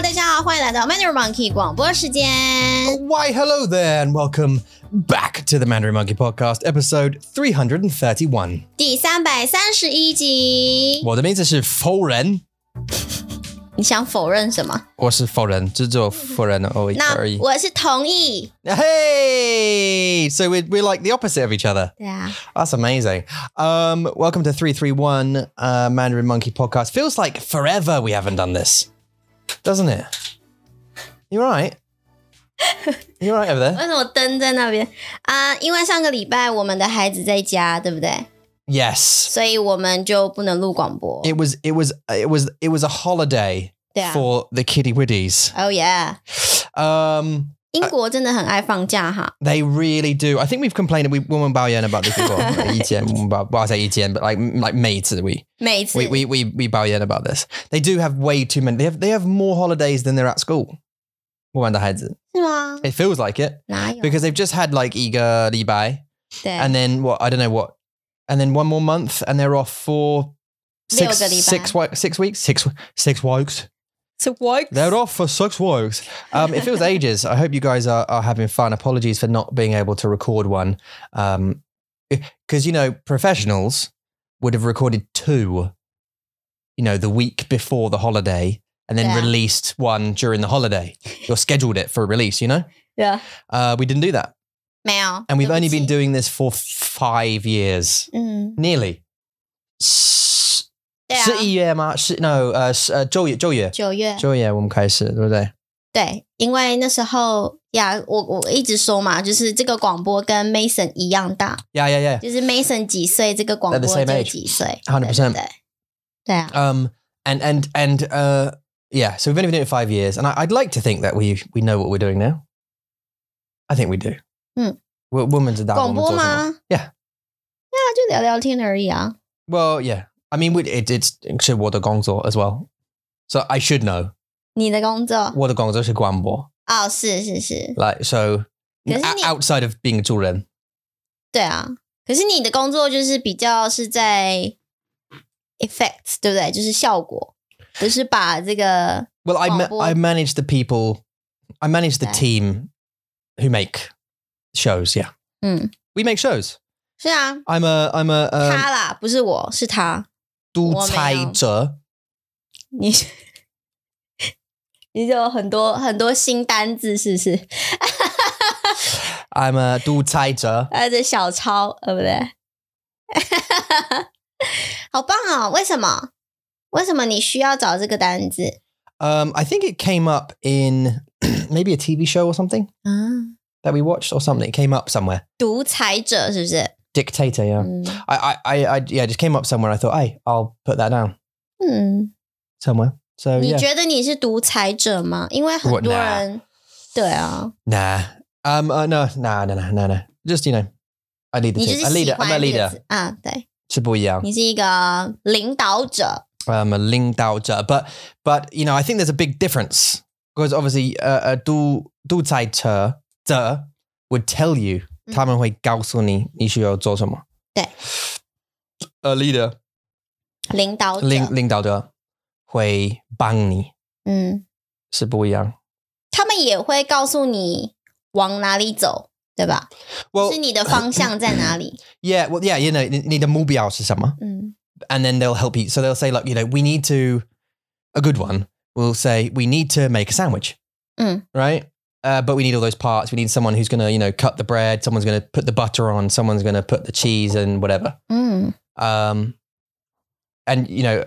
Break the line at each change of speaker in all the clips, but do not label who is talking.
来到 Mandarin Monkey 广播时间。
Why, hello there, and welcome back to the Mandarin Monkey Podcast, episode 331.
第三百三十一集。
我的名字是否人，我是否人，这只有否人而已。
你想否认什么？那我是同意。
Hey! So we're, we're like the opposite of each other.
对啊，
That's amazing. Um, welcome to 331 uh, Mandarin Monkey Podcast. Feels like forever we haven't done this, doesn't it? You're right. You're right over there.
为什么灯在那边啊因为上个礼拜我们的孩子在家，对不对？
Yes.
所以我们就不能录广播。
It was it was it was it was a holiday
对啊
for the kitty widdies.
Oh yeah，
Um,
英国真的很爱放假哈。
they really do. I think we've complained we woman about Yen about this before. E Etienne, woman about- well, I say Etienne, but like like mates that we
每次
we we we, we bow Yen about this. They do have way too many. They have they have more holidays than they're at school. 我们的孩子.
是吗？
It feels like it
哪有？
because they've just had like Iga Libai
对
and，then what I don't know what, and then one more month and they're off for six
六个礼拜。
six wi- six weeks six six weeks. They're off for six weeks. Um, it feels ages. I hope you guys are, are having fun. Apologies for not being able to record one. Because, you know, professionals would have recorded two, you know, the week before the holiday and then
Yeah.
released one during the holiday. You're scheduled it for release, you know?
对啊，
Uh, we didn't do that.
没有。
And
对
we've
不
only
起
been doing this for five years,
嗯，
nearly. S-
对啊，
11月吗？是- No, uh, s- uh, 9月-9月。
九月。
9月我们开始，对不对？
对，因为那时候呀，我我一直说嘛，就是这个广播跟 Mason 一样大，
Yeah, yeah, yeah.
就是 Mason 几岁，这个广
They're the
播
same
就
age.
几岁，对对
100%.
对，对啊，
Um, and and and uh, yeah. So we've only been doing it five years, and I, I'd like to think that we we know what we're doing now. I think we do.
Hmm.
Wo- woman's a that
广
woman's
播
awesome.
吗？
Yeah
那就聊聊天而已啊。
Well, yeah. I mean, we- it, it's should water gongzo as well. So I should know
你的工作
water gongzo should guanbo.
哦，是是是，
Like so,
Doesn't
o-
it-
outside of being a children.
对啊。可是你的工作就是比较是在 effects，对不对？就是效果，不是把这个
Well, I ma-
Guangbo.
I manage the people. I manage the
Okay.
team who make shows. Yeah,
Hmm.
we make shows.
是啊，
I'm a I'm a
他
uh,
啦，不是我，是他。
独裁者。
你你有很多很多新单字，是不是？
I'm a 独裁者。
还有呃这小抄，对不对？ 好棒哦！为什么？为什么你需要找这个单字？
Um, I think it came up in maybe a TV show or something
啊，
that we watched or something. It came up somewhere.
独裁者是不是？
Dictator, yeah.
嗯
I, I, I, I, yeah, it just came up somewhere. I thought, hey, I'll put that down
嗯，
somewhere. So
你
yeah,
觉得你是独裁者吗？因为很
我
多
哪
人对啊，
nah. Um, uh, no, nah, nah, nah, nah, nah. Just you know, I lead the
你就
team.
是
I
喜
leader. I'm a
欢这个
leader.
字啊，对
是不一样。
你是一个领导者，
I'm um, a 领导者. But but you know, I think there's a big difference because obviously, uh, a 独-独裁者者 would tell you
嗯。
他们会告诉你你需要做什么。
对。
A leader
领导者，
领领导的会帮你
嗯，
是不一样。
他们也会告诉你往哪里走，对吧？
Well,
就是你的方向在哪 里？
yeah, well, yeah, you know, 你你的目标是什么
嗯，
？And then they'll help you. So they'll say, like, you know, we need to a good one. will say we need to make a sandwich,
Mm.
right? Uh, but we need all those parts. We need someone who's gonna, you know, cut the bread. Someone's gonna put the butter on. Someone's gonna put the cheese and whatever.
嗯，
Um, and you know,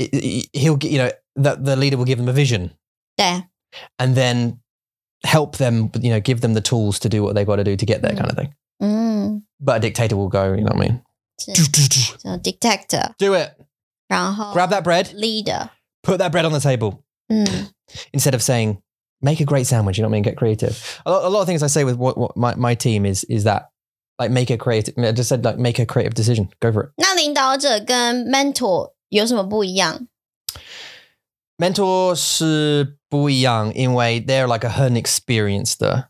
i- i- he'll, g- you know, the the leader will give them a vision.
对，
and then help them, you know, give them the tools to do what they've got to do to get there,
Mm.
kind of thing.
嗯，
But a dictator will go, you know what I mean?
是
Do, do, do.
就 detector，
Do it.
然后
Grab that bread,
leader，
put that bread on the table
嗯，
instead of saying, make a great sandwich, you know what I mean? Get creative. A lot, a lot of things I say with what, what my, my team is, is that like make a creative, I just said like make a creative decision, go for it.
那领导者跟 mentor 有什么不一样？
Mentor 是不一样, in way they're like a uh, hun experience though.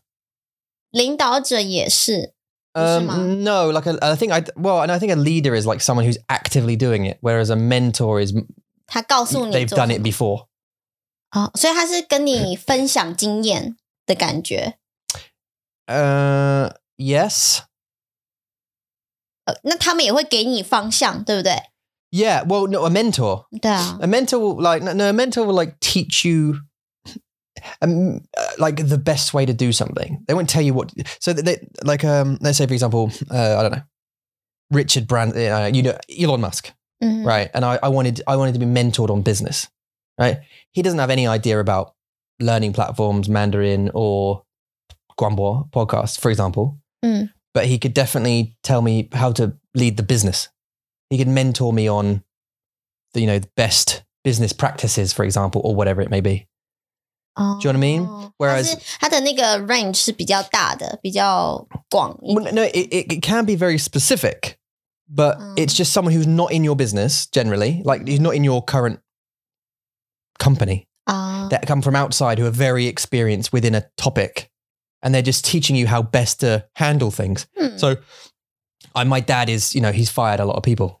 领导者也是，不是吗？
Um, no, like a, I think I well, and I think a leader is like someone who's actively doing it, whereas a mentor is
他告诉你
they've
做什
done
么
it before.
哦，所以他是跟你分享经验的感觉。
Uh, yes.
呃，那他们也会给你方向，对不对？
Yeah. Well, no, a mentor.
对啊，
A mentor will like no, no, a mentor will like teach you um, uh, like the best way to do something. They won't tell you what. So that they like um let's say for example uh, I don't know Richard Brand uh, you know Elon Musk
Mhm.
right and I, I wanted I wanted to be mentored on business right he doesn't have any idea about learning platforms Mandarin or Guambo podcast for example
Mm.
but he could definitely tell me how to lead the business he could mentor me on the you know the best business practices for example or whatever it may be
哦
Do you know what I mean?
它
Whereas-
是它的那个 range 是比较大的，比较广一
Well,
点。
no, it, it, it can be very specific, but
Oh.
it's just someone who's not in your business generally, like who's not in your current company
啊，
that come from outside who are very experienced within a topic and they're just teaching you how best to handle things.
嗯，
So, I, my dad is, you know, he's fired a lot of people,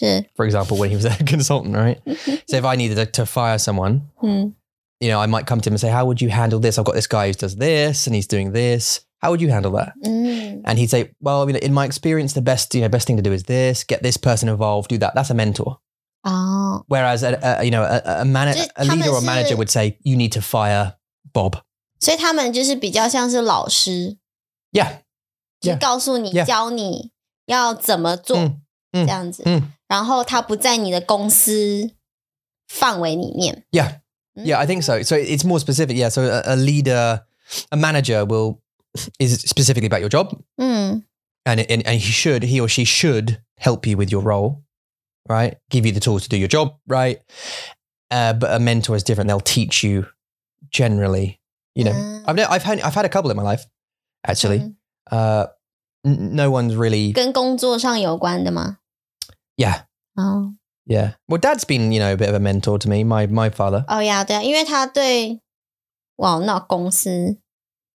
是，
for example, when he was a consultant, right?
嗯
So, if I needed to, to fire someone,
嗯
you know, I might come to him and say, How would you handle this? I've got this guy who does this and he's doing this. How would you handle that?
嗯
And he'd say, "Well, you know, in my experience, the best you know best thing to do is this: get this person involved, do that." That's a mentor.
哦，
Whereas, a, a, you know, a, a, man-
Just
a leader or
Thomas-
manager would say, "You need to fire Bob."
所以他们就是比较像是老师，
Yeah,
就
Yeah.
告诉你、
Yeah.
教你要怎么做、
嗯嗯
这样子、
嗯
然后他不在你的公司范围里面。嗯
yeah, yeah. I think so. So it's more specific. Yeah. So a, a leader, a manager will is specifically about your job,
嗯，
and and, and he should he or she should help you with your role, right? Give you the tools to do your job, right? Uh, but a mentor is different. They'll teach you generally, you know.
Ah.
I've, no, I've had I've had a couple in my life, actually.
嗯
Uh, n- no one's really,
跟工作上有关的吗？
yeah,
哦
yeah. Well, Dad's been you know a bit of a mentor to me. My my father,
哦呀，对啊，因为他对哇，那公司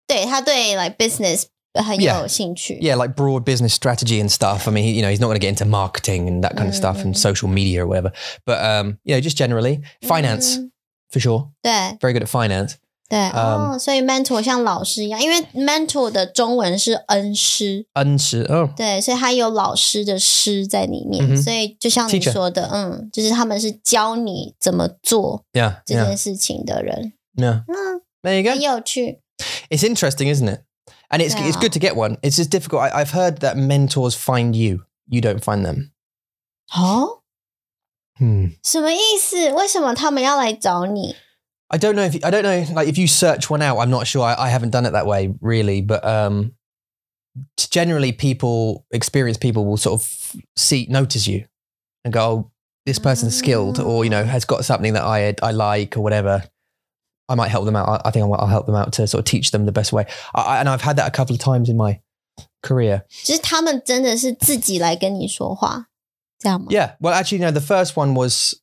对他对 like business 很
Yeah.
有兴趣。
yeah, like broad business strategy and stuff. I mean, he, you know, he's not going to get into marketing and that kind of stuff and
Mm.
social media or whatever. But um, you know, just generally finance
嗯
for sure.
对
Very good at finance.
对、
Um,
哦，所以 mentor 像老师一样，因为 mentor 的中文是恩师，
Unsu- oh,
对，所以他有老师的师在里面，
嗯哼
所以就像你
Teacher
说的，嗯，就是他们是教你怎么做
yeah,
这
yeah,
件事情的人，
yeah.
Mm.
There you go.
很有趣。
It's interesting, isn't it? And it's it's
Yeah.
good to get one. It's just difficult. I, I've heard that mentors find you. You don't find them.
哦，
Hmm.
什么意思？为什么他们要来找你？
I don't know if I don't know like if you search one out. I'm not sure. I, I haven't done it that way really, but um, t- generally people experienced people will sort of see notice you and go, oh, "This person's skilled," or you know, has got something that I I like or whatever. I might help them out. I, I think I'll, I'll help them out to sort of teach them the best way. I, I, and I've had that a couple of times in my career.
就是他们真的是自己来跟你说话，这样吗
Yeah. Well, actually, no. The first one was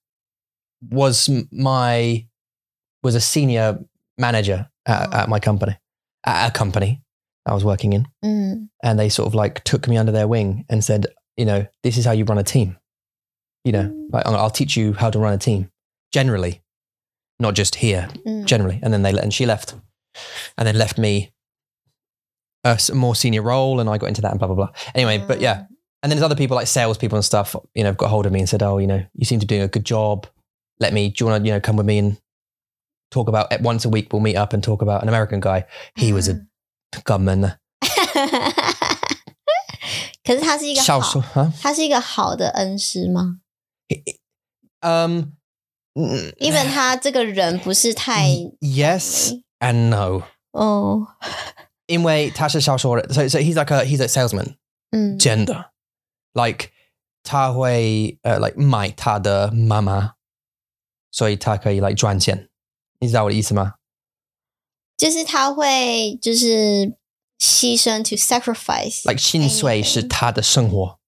was m- my was a senior manager at,
Oh.
at my company at a company I was working in,
嗯，
and they sort of like took me under their wing and said, you know, this is how you run a team. You know,
Mm.
like I'll I'll teach you how to run a team generally, not just here
嗯
generally. And then they and she left, and then left me a s- more senior role, and I got into that and blah blah blah. Anyway, but
Mm.
yeah,
嗯
and then there's other people like salespeople and stuff, you know, have got hold of me and said, "Oh, you know, you seem to be doing a good job. Let me. Do you want to, you know, come with me and talk about it once a week? We'll meet up and talk about an American guy. He was a gunman.
嗯 可是他是一个
Shao
好，
huh?
他是一个好的恩师吗？
Um, mm,
因为他这个人不是太
yes and no.
哦，
In way, Tasha Shao So, so he's like a he's a salesman.
嗯
Gender, like, 他会 uh, like 买他的妈妈，所以他可以 like 赚钱。你知道我的意思吗？
就是他会就是牺牲 to sacrifice，
like 薪水是他的生活，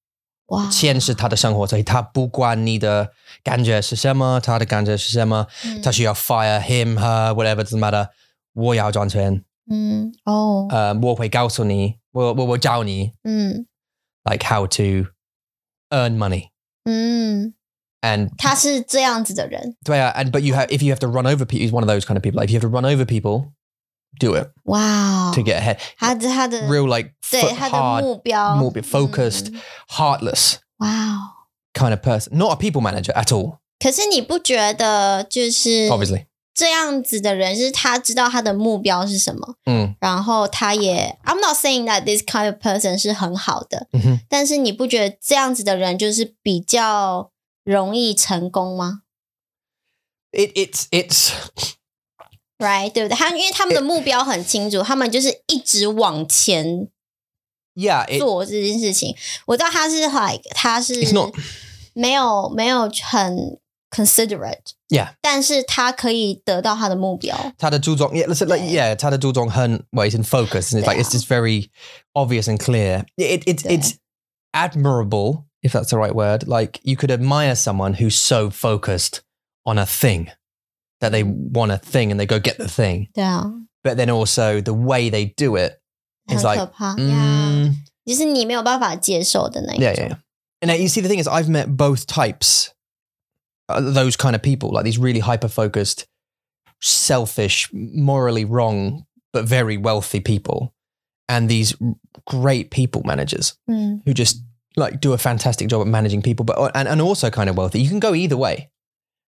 哇
钱是他的生活，所以他不管你的感觉是什么，他的感觉是什么，
嗯
他需要 fire him her whatever doesn't matter。我要赚钱，
嗯哦
呃，我会告诉你，我我我教你
嗯
like how to earn money。
嗯
And
他是这样子的人，
yeah, and but you have if you have to run over people, he's one of those kind of people. Like if you have to run over people, do it
哇、哦
to get ahead.
他的他的
Real like
对
foot
他的
hard,
目标
more focused,
嗯
heartless
哇、哦
kind of person. Not a people manager at all,
可是你不觉得就是
obviously.
这样子的人，是他知道他的目标是什么，
Mm,
然后他也 I'm not saying that this kind of person 是很好的，
mhm.
但是你不觉得这样子的人就是比较容易成功吗
It, it's it's
？Right，对不对？他因为他们的目标很清楚，他们就是一直往前
yeah. It,
做这件事情。我知道他是 like 他是
It's not-
没有没有很 considerate，
Yeah.
但是他可以得到他的目标。
他的注重- yeah, let's say like
Yeah.
yeah, 他的注重很- well, it's in focus, and it's like
Yeah.
it's just very obvious and clear. It, it, it's
Yeah.
it's admirable if that's the right word. Like you could admire someone who's so focused on a thing that they want a thing and they go get the thing,
对啊，
but then also the way they do it
很
is like
可怕呀。
mm,
就是你没有办法接受的那一种。
yeah, yeah. yeah. And now you see, the thing is, I've met both types, uh, those kind of people, like these really hyper focused, selfish, morally wrong, but very wealthy people, and these great people managers
嗯
who just like do a fantastic job at managing people, but and, and also kind of wealthy. You can go either way,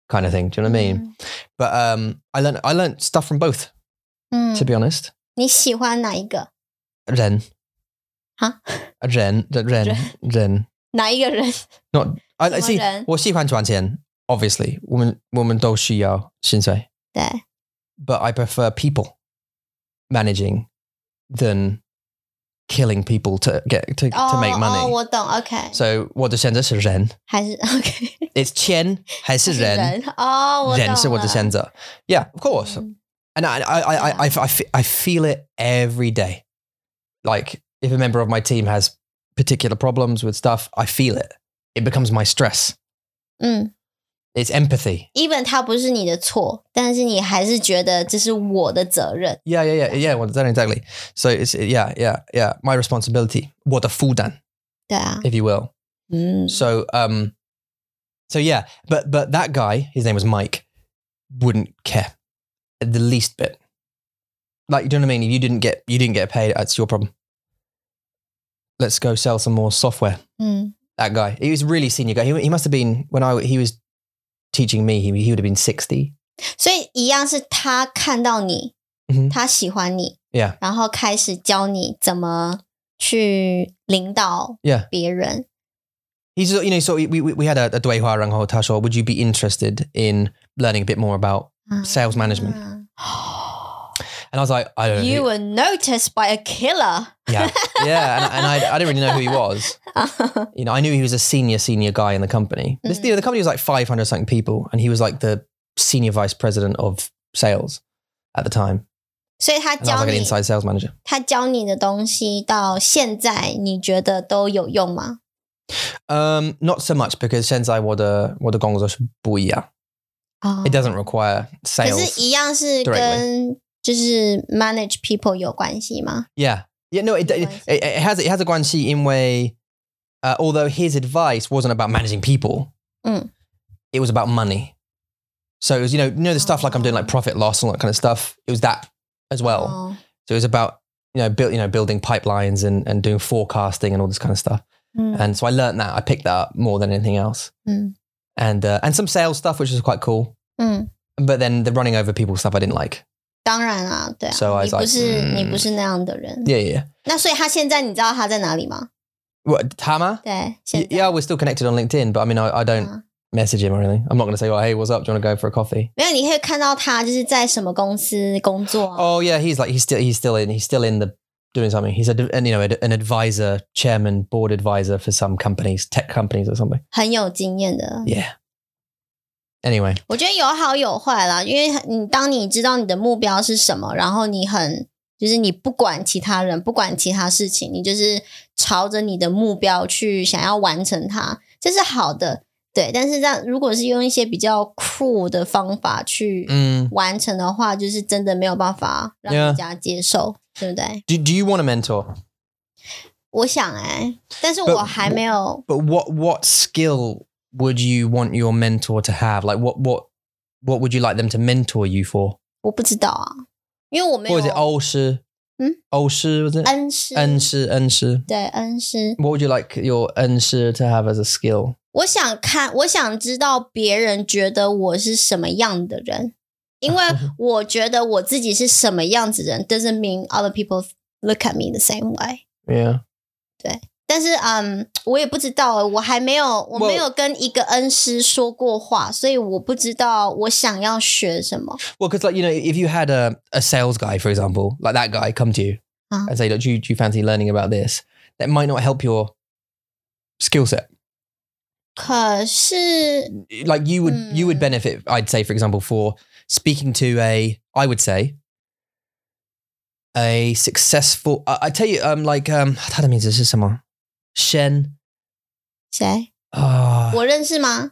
kind of thing. Do you know what I
Mm.
mean? But um, I learned I learned stuff from both,
嗯
to be honest.
你喜欢哪一个？
Ren,
Huh?
Ren, Ren, Ren.
哪一个人？
Not I,
什
I
么
see.
人？
我喜欢赚钱，obviously. 我们我们都需要薪水，
对，
but I prefer people managing than killing people to get to,
哦
to make
哦，
money.
我懂，OK，
So 我的选择是人，
还是 OK，
it's 钱还是人，
哦，我懂了 Mm.
人是我的选择。Yeah, of course.
嗯
And I, I, I, I, I, I, fe- I feel it every day. Like if a member of my team has particular problems with stuff, I feel it. It becomes my stress.
嗯
It's empathy.
，even 他不是你的错，但是你还是觉得这是我的责任。
Yeah, yeah, yeah, yeah. Well, then exactly. So it's yeah, yeah, yeah. My responsibility, what a fool done,
对啊，
if you will.
嗯
So um, so yeah, but but that guy, his name was Mike, wouldn't care the least bit. Like, you know what I mean? If you didn't get you didn't get paid, that's your problem. Let's go sell some more software.
嗯
That guy, he was a really senior guy. He, he must have been when I he was teaching me. He he would have been sixty.
所以一样是他看到你
嗯哼，
他喜欢你
Yeah.
然后开始教你怎么去领导
Yeah.
别人。
He's, you know, so we, we, we had a, a Dui Hua Rang Ho Tasho. Would you be interested in learning a bit more about?
Ah.
Sales management.
啊
And I was like, I don't know.
You
who-
were noticed by a killer.
yeah. Yeah. And, and I, I didn't really know who he was. You know, I knew he was a senior, senior guy in the company. This, you know, the company was like 500 something people. And he was like the senior vice president of sales at the time.
所以他
And I
教
was like an
你，
inside sales manager.
他教你的东西到现在，你觉得都有用吗？
Um, not so much because Shenzai Wada, Wada Gong was Buya.
啊
It doesn't require
可
sales.
是一样是
directly
跟就是 manage people 有关系吗？
Yeah. Yeah, no, it, it,
Guanxi.
it, it has it has a Guanxi in way. Uh, although his advice wasn't about managing people,
Mm.
it was about money. So it was you know you know the stuff like I'm doing like
Ah.
profit loss and all that kind of stuff. It was that as well.
哦
So it was about you know build you know building pipelines and and doing forecasting and all this kind of stuff.
嗯
And so I learned that I picked that up more than anything else.
Mm.
And uh, and some sales stuff which is quite cool.
嗯，
But then the running over people stuff I didn't like.
当然啊，对啊
So I was
你不是
like,
你不是那样的人。
Yeah, yeah. yeah.
那所以他现在你知道他在哪里吗？
What Tama?
对，
Y-
现在
Yeah, we're still connected on LinkedIn, but I mean I, I don't
啊
message him or anything. I'm not going to say, "Oh, hey, what's up? Do you want to go for a coffee?"
没有，你可以看到他就是在什么公司工作啊、
Oh yeah, he's like he's still he's still in he's still in the doing something. He's a and, you know an advisor, chairman, board advisor for some companies, tech companies or something.
很有经验的
Yeah. Anyway,
我觉得有好有坏啦，因为你当你知道你的目标是什么，然后你很就是你不管其他人，不管其他事情，你就是朝着你的目标去想要完成它，这是好的，对。但是让如果是用一些比较酷的方法去
mm,
完成的话，就是真的没有办法让
Yeah
人家接受对不对？
do do you want a mentor?
我想哎、但是
But-
我还没有
But what what skill would you want your mentor to have? Like what what what would you like them to mentor you for?
我不知道啊，因为我没
What
有
was it? 欧师?
Hmm?
欧师, was it?
哦恩师，
恩师,恩师.
对恩师。
What would you like your 恩师 to have as a skill?
我想看，我想知道别人觉得我是什么样的人，因 为我觉得我自己是什么样子的人，doesn't mean other people look at me the same way。
Yeah.
但是，嗯，我也不知道，我还没有，我
Well-
没有跟一个恩师说过话，所以我不知道我想要学什么。
Well, because like you know, if you had a, a sales guy, for example, like that guy, come to you
Uh-huh.
and say, "Look, do you, do you fancy learning about this?" That might not help your skill set.
可是，
Like you would, you would
Hmm.
benefit. I'd say, for example, for speaking to a, I would say, a successful. I, I tell you, um, like um, 他的名字是什么? Shen.
谁？
Ah,
我认识吗？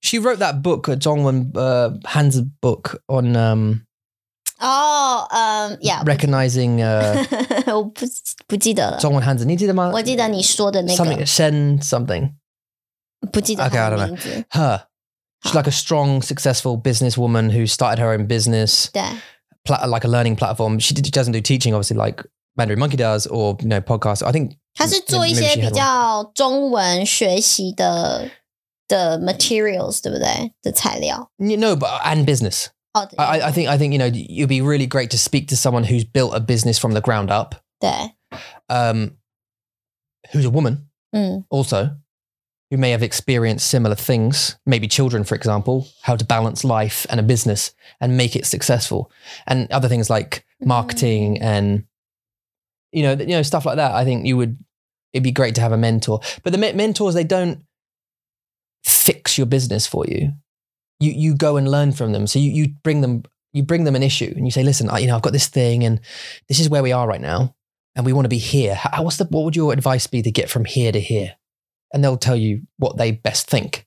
she wrote that book, uh, Zhongwen uh, Han's book on um,
哦，嗯呀，
recognizing uh,
我不不记得了。
Zhongwen Han's. 你记得吗？
我记得你说的那
something
个，
Shen something.
不记得
Okay,
他
I don't
的
know.
名字。
Her. She's like a strong, successful businesswoman who started her own business,
对，
pla- like a learning platform. She did, doesn't do teaching, obviously, like Mandarin Monkey does, or you know, podcasts. I think
他是做一
Maybe
些
she
比
had
较中文学习的的 materials，对不对？的材料。
you know, but and business.
哦，
I, I- I think I think you know you'd be really great to speak to someone who's built a business from the ground up,
对，
um, who's a woman
嗯，
also, who may have experienced similar things, maybe children, for example, how to balance life and a business and make it successful, and other things like marketing and you know th- you know stuff like that. I think you would it'd be great to have a mentor, but the me- mentors they don't fix your business for you. You you go and learn from them. So you you bring them you bring them an issue and you say, listen, I, you know I've got this thing and this is where we are right now, and we want to be here. How, what's the what would your advice be to get from here to here? And they'll tell you what they best think.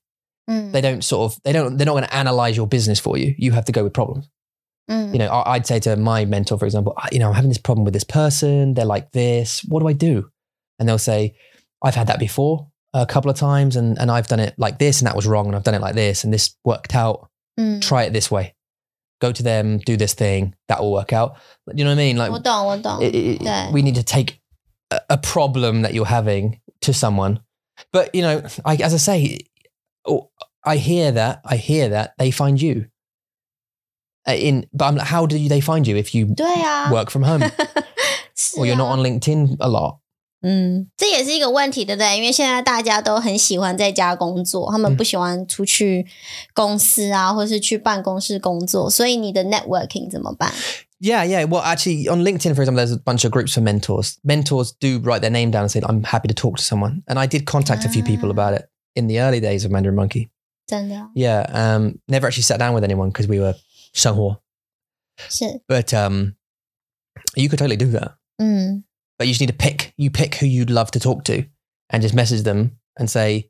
嗯
They don't sort of they don't they're not going to analyze your business for you. You have to go with problems
嗯
you know, I- I'd say to my mentor, for example, "I- you know, I'm having this problem with this person. They're like this. What do I do? And they'll say, I've had that before a couple of times, and and I've done it like this, and that was wrong, and I've done it like this, and this worked out.
嗯，
Try it this way. Go to them, do this thing. That will work out. You know what I mean?
我
Like,
懂，我懂。
it- it-
Yeah.
we need to take a, a problem that you're having to someone. But you know, I, as I say, oh, I hear that. I hear that they find you. Uh, In, but I'm like, how do they find you if you
对啊，
work from home
是
or you're
啊
not on LinkedIn a lot.
嗯，这也是一个问题，对不对？因为现在大家都很喜欢在家工作，他们
嗯
不喜欢出去公司啊，或是去办公室工作，所以你的 networking 怎么办？
Yeah, yeah. Well, actually, on LinkedIn, for example, there's a bunch of groups for mentors. Mentors do write their name down and say, "I'm happy to talk to someone." And I did contact a few people
Ah.
about it in the early days of Mandarin Monkey.
真的
Yeah, um, never actually sat down with anyone because we were Shanghua.
是，
But um, you could totally do that.
嗯
But you just need to pick. You pick who you'd love to talk to, and just message them and say,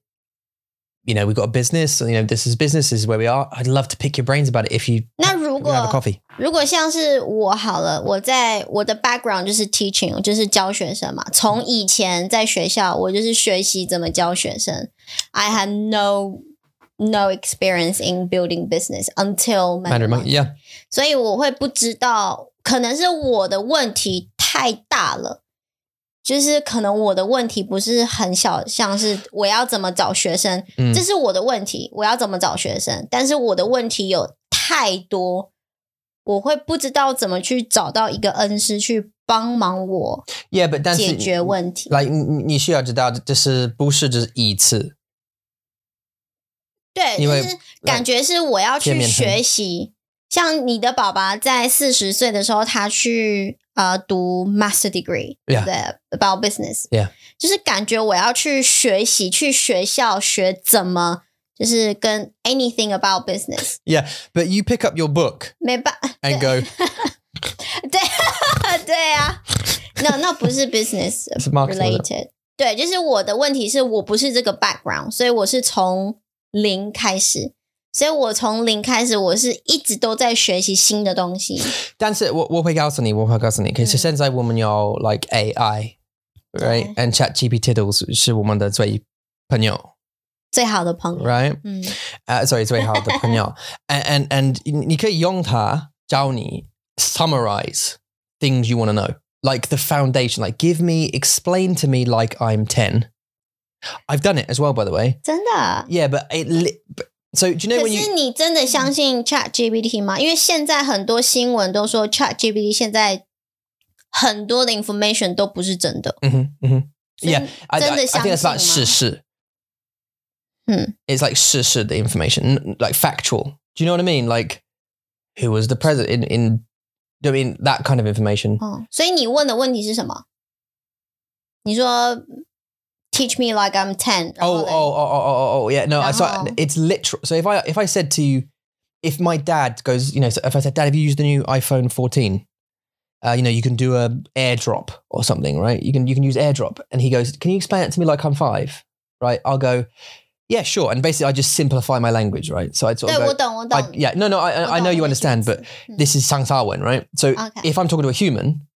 "You know, we've got a business. You know, this is business. This is where we are. I'd love to pick your brains about it if you
那如
have a
果
coffee."
如果像是我好了，我在我的 background 就是 teaching，就是教学生嘛。从以前在学校，我就是学习怎么教学生。I had no no experience in building business until
Mandarin Monkey. Yeah.
所以我会不知道，可能是我的问题太大了，就是可能我的问题不是很小，像是我要怎么找学生，
嗯
这是我的问题，我要怎么找学生？但是我的问题有太多，我会不知道怎么去找到一个恩师去帮忙我
Yeah, but 但是
解决问题。
like 你你你需要知道，就是不是只是一次，
对，
因为呃
就是感觉是我要
见
去
面很
学习。像你的爸爸在四十岁的时候，他去呃读 master degree，对
Yeah.
不对？about business，
Yeah.
就是感觉我要去学习，去学校学怎么，就是跟 anything about business，
Yeah, but you pick up your book
没办
and go.
对啊，那那不是 business
It's marketing.
related，对，就是我的问题是我不是这个 background，所以我是从零开始，所以我从零开始，我是一直都在学习新的东西。
但是我我会告诉你，我会告诉你。可
嗯
是现在我们有 like AI，right？And ChatGPT 都是是我们的最朋友。
最好的朋友。
right？
嗯，
呃，sorry，最好的朋友，and and and 你可以用它教你 summarize things you want to know, like the foundation, like give me, explain to me like I'm ten. I've done it as well, by the way.
真的。
Yeah, but it. Li- but, so do you know
可
when
是
you?
你真的相信 Chat GPT 吗？因为现在很多新闻都说 Chat GPT 现在很多的 information 都不是真的。
Mhm, mhm.
所以
Yeah, I, I, I
真的
think
相
it's
信
about
吗？
是是.
Hmm.
It's like 是是 the information, n- like factual. Do you know what I mean? Like, who was the president in? in do you know what I mean that kind of information?
哦，所以你问的问题是什么？你说 Teach me like I'm ten。
Oh, oh, oh, oh, oh, oh, oh, yeah. No, I saw
Uh-huh.
it's literal. So if I if I said to you, if my dad goes, you know, so if I said, Dad, have you used the new iPhone 14? Uh, you know, you can do a AirDrop or something, right? You can you can use AirDrop, and he goes, Can you explain it to me like I'm five? Right? I'll go, Yeah, sure. And basically, I just simplify my language, right? So I
对
sort，of
我
go,
懂，我
哦 I,
懂。
yeah, no, no, I, I- I know you understand, but this is Sangsawan, right? So
Hmm. Okay. Mm.
if I'm talking to a human,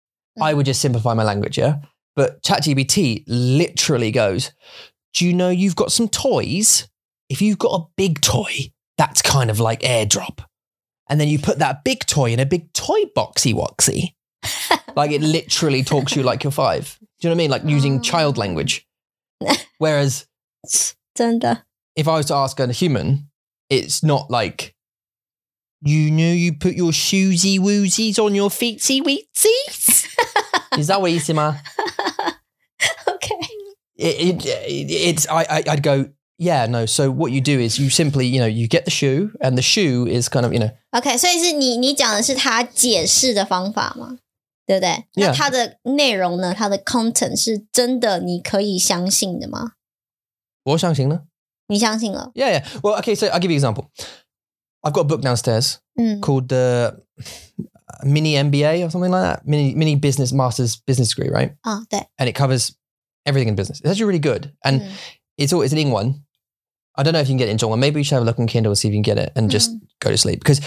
I would just simplify my language, yeah? But ChatGPT literally goes, Do you know you've got some toys? If you've got a big toy, that's kind of like airdrop. And then you put that big toy in a big toy boxy woxy. like it literally talks to you like you're five. Do you know what I mean? Like using
Oh.
child language. Whereas
真的。
if I was to ask a human, it's not like you knew you put your shoesy woozies on your feetsy weetsies. Is that what you see, ma?
OK，
It, it, it, it's I, I I'd go yeah no. So what you do is you simply you know you get the shoe and the shoe is kind of you know
OK，所以是你你讲的是他解释的方法吗？对不对？那
Yeah.
它的内容呢？它的 content 是真的你可以相信的吗？
我相信呢。
你相信了？
Yeah yeah. Well okay. So I'll give you an example. I've got a book downstairs
嗯
called the Mini MBA or something like that. Mini Mini Business Masters Business Degree, right?
啊，对，
And it covers everything in business. It's actually really good and.
嗯
it's all it's an ing one. I don't know if you can get it in Jong, maybe you should have a look on Kindle and see if you can get it and just
Hmm.
go to sleep because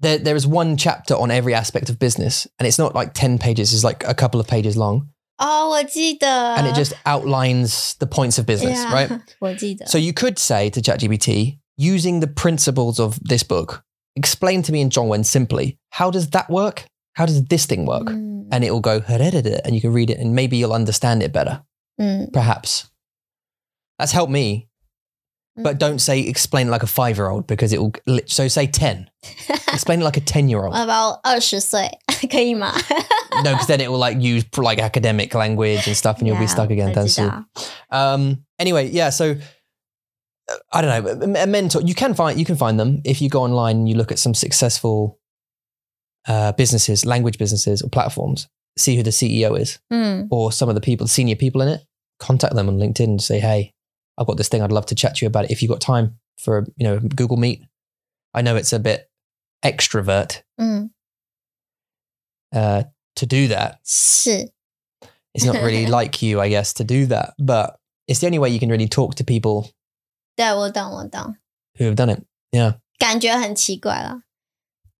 there there is one chapter on every aspect of business, and it's not like ten pages; it's like a couple of pages long,
哦，我记得，
and it just outlines the points of business,
Uh. Yeah，
right?
我记得
So you could say to ChatGPT, using the principles of this book, explain to me in Zhongwen simply how does that work? How does this thing work?
嗯
And it will go "Hererere," and you can read it, and maybe you'll understand it better
嗯，
perhaps. That's helped me.
嗯 Mm.
But don't say explain it like a five year old because it will. lit- So say 10. Explain it like a 10 year old.
我把我二十岁 可以吗？
no, because then it will like use like academic language and stuff and you'll be
Yeah，
stuck again.
我
That's
知
it.
道
Um, anyway, yeah. So uh, I don't know. A mentor, you can find, you can find them if you go online and you look at some successful uh, businesses, language businesses or platforms, see who the CEO is.
嗯
or some of the people, senior people in it, contact them on LinkedIn and say, "Hey, I've got this thing. I'd love to chat to you about it. If you've got time for a, you know Google Meet, I know it's a bit extrovert
嗯，
uh, to do that.
是
It's not really like you, I guess, to do that. But it's the only way you can really talk to people
对，我懂，我懂。
who have done it. Yeah,
感觉很奇怪啦。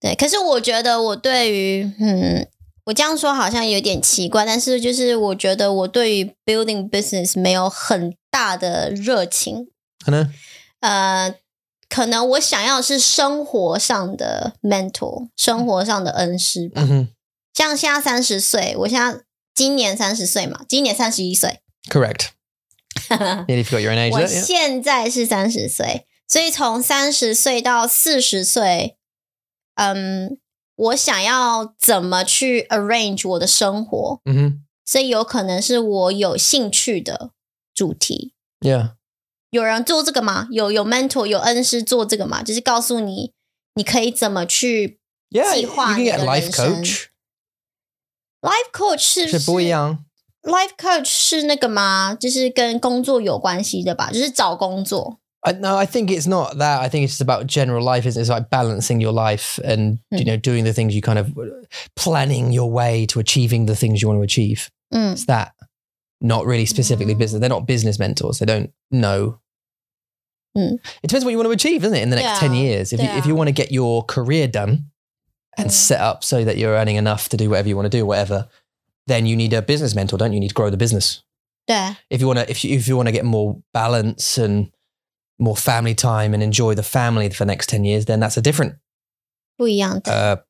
对，可是我觉得我对于嗯，我这样说好像有点奇怪，但是就是我觉得我对于 building business 没有很大的热情。
I know.
呃，可能我想要的是生活上的 mentor，生活上的恩师吧。
Mhm.
像现在三十岁，我现在今年三十岁嘛，今年三十一岁。
Correct. Nearly forgot your own age.
我
there, yeah.
现在是三十岁，所以从三十岁到四十岁，嗯，我想要怎么去 arrange 我的生活，
Mhm.
所以有可能是我有兴趣的主题。
Yeah.
有人做这个吗？有有 mentor 有恩师做这个吗？就是告诉你你可以怎么去
Yeah. You
Jihuahua
can get a
你的
life
人生。
coach.
life coach 是不
是
是
不一样。
life coach 是那个吗？就是跟工作有关系的吧？就是找工作。
I, no, I think it's not that. I think it's just about general life, isn't it? It's like balancing your life and you
Hmm.
know doing the things you kind of uh, planning your way to achieving the things you want to achieve.
嗯
It's that, not really specifically
Mm.
business. They're not business mentors. They don't know.
Hmm.
It depends what you want to achieve, isn't it? In the next ten
Yeah.
years, if you, if
Yeah.
you want to get your career done and
Hmm.
set up so that you're earning enough to do whatever you want to do, whatever, then you need a business mentor, don't you? You need to grow the business
对，啊
if you want to if you, if you want to get more balance and more family time and enjoy the family for the next 10 years, then that's a different
不一样的。
uh,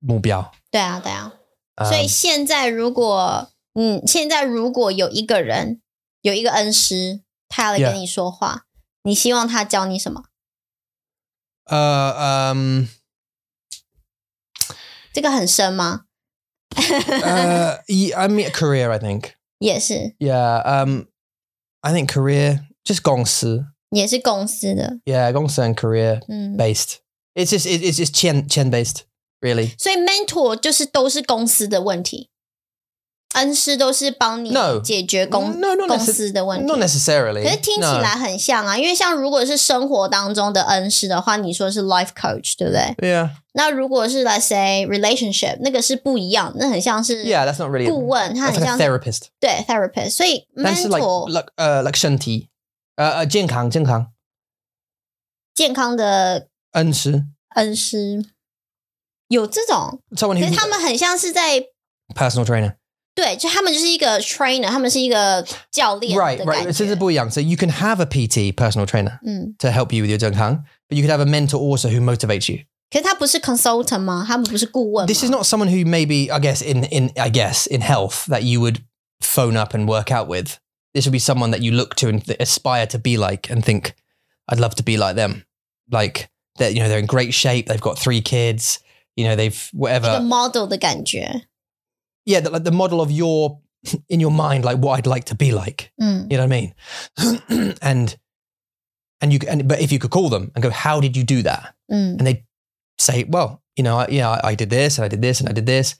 目标.
对啊，对啊。
Um,
所以现在如果嗯，现在如果有一个人有一个恩师，他来
Yeah.
跟你说话你希望他教你什么？
uh, um,
这个很深吗？
uh, yeah, I mean, career, I think.
也是，
Yeah. Um, I think career, just gongsi.
也是公司的，
Yeah, gongsi and career
嗯。
based. It's just, it, it's just chen, chen based, really.
所以 mentor 就是都是公司的问题，恩师都是帮你
No
解决公
no, not,
公
necess-
司的问题
not。necessarily.
可是听起
No.
来很像啊，因为像如果是生活当中的恩师的话，你说是 life coach，对不对？
Yeah.
那如果是 let's say relationship，那个是不一样，那很像是
Yeah, that's not really.
顾问，它
That's
很
like a
像是
therapist.
对 therapist，所以
That's like
mentor
like uh like 身体, uh, uh 健康,健康,
健康的
恩师,
恩师有这种，
someone
可
who's
是他们很像是在
personal trainer.
对，就他们就是一个 trainer，他们是一个教练
Right,
的
right.
感
It's
觉。
不一样. So you can have a PT, personal trainer,
嗯，
to help you with your 健康, but you could have a mentor also who motivates you.
可是他不是 consultant 吗？他们不是顾问吗
This is not someone who maybe I guess in in I guess in health that you would phone up and work out with. This would be someone that you look to and th- aspire to be like and think, I'd love to be like them. Like that, you know, they're in great shape. They've got three kids. You know, they've
一
whatever.
个 model 的感觉。
yeah, the, like the model of your in your mind, like what I'd like to be like.
嗯
You know what I mean? and and you and but if you could call them and go, how did you do that?
嗯
And they say, well, you know, I, yeah, I, I did this and I did this and I did this.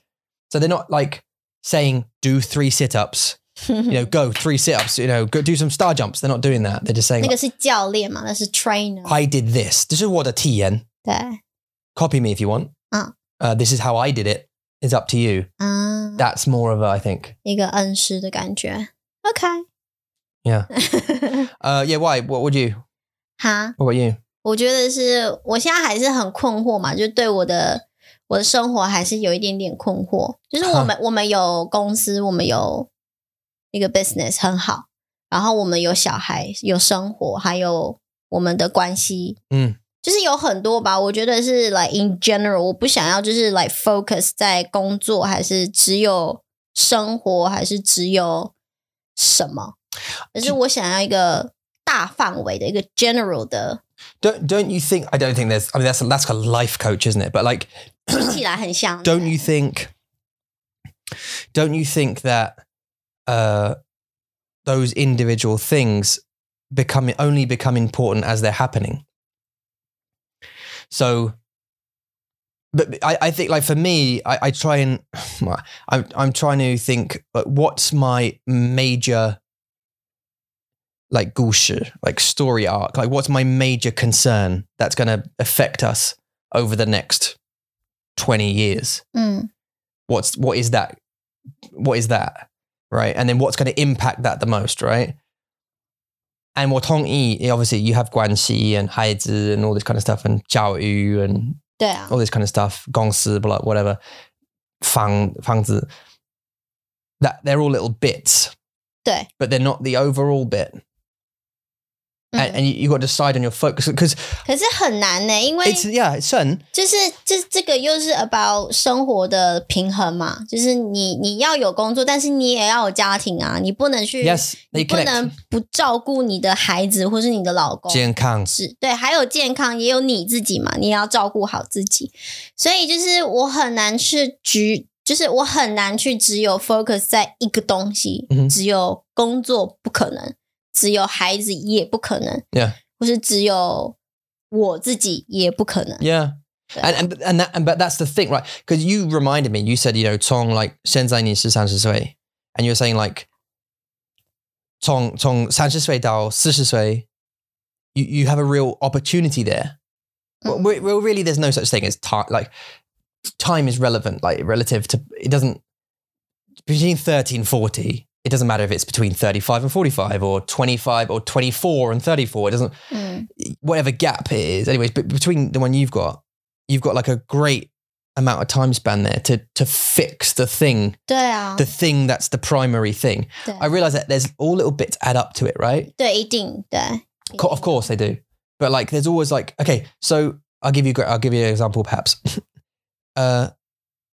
So they're not like saying do three sit ups, you
Hmm.
know, go three sit ups, you know, go do some star jumps. They're not doing that. They're just saying
那个是教练嘛，那是 trainer。
I did this. This is what a TN.
对
Copy me if you want.
Ah.
Uh, this is how I did it. It's up to you.
Oh. 啊，
That's more of a, I think.
一个恩师的感觉。OK，
Yeah. Uh, yeah. Why? What would you?
哈，
What about you?
我觉得是我现在还是很困惑嘛，就对我的我的生活还是有一点点困惑。就是我们我们有公司，我们有一个 business 很好，然后我们有小孩，有生活，还有我们的关系，
嗯，
就是有很多吧。我觉得是 like in general，我不想要就是 like focus 在工作，还是只有生活，还是只有什么，而是我想要一个大范围的一个 general 的。
Don't don't you think? I don't think there's. I mean, that's that's a life coach, isn't it? But like,
听起来很像。
don't you think? Don't you think that uh, those individual things become only become important as they're happening? So, but but I, I think like for me, I, I try and I'm I'm trying to think like what's my major like 故事, like story arc, like what's my major concern that's going to affect us over the next 20 years?
嗯
What's what is that? What is that? Right? And then what's going to impact that the most, right? And what Tong Yi, obviously you have Guanxi and Haizi and all this kind of stuff and Jiao Yu and
对啊，
all this kind of stuff, gongsi, blah, whatever, fang, fangzi, that they're all little bits,
对，
but they're not the overall bit.
嗯
And, and you, you got to decide on your focus because
可是很难呢、因为
it's, yeah, it's certain.
就是这这个又是 about 生活的平衡嘛，就是你你要有工作，但是你也要有家庭啊，你不能去
Yes,
你
they
不
connect.
能不照顾你的孩子或是你的老公，
健康.
是对，还有健康，也有你自己嘛，你也要照顾好自己。所以就是我很难去局，就是我很难去只有 focus 在一个东西，
嗯哼
只有工作不可能，只有孩子也不可能
Yeah.
或是只有我自己也不可能。
Yeah.
Yeah.
And and and that and but that's the thing, right? Because you reminded me, you said, you know, Tong like Shenzai ni shi san shui. And you're saying like Tong Tong San Shui Dao Sui you you have a real opportunity there. Well,
Mm.
we- well really there's no such thing as time like time is relevant, like relative to it doesn't between 30 and 40, it doesn't matter if it's between 35 and 45 or 25 or 24 and 34. It doesn't
嗯
whatever gap it is, anyways, but between the one you've got, you've got like a great amount of time span there to to fix the thing,
对啊
the，thing that's the primary thing.
对
I realize that there's all little bits add up to it, right?
对，一定对
Co- Of course they do. But like, there's always like, okay, so I'll give you, gr- I'll give you an example, perhaps. uh,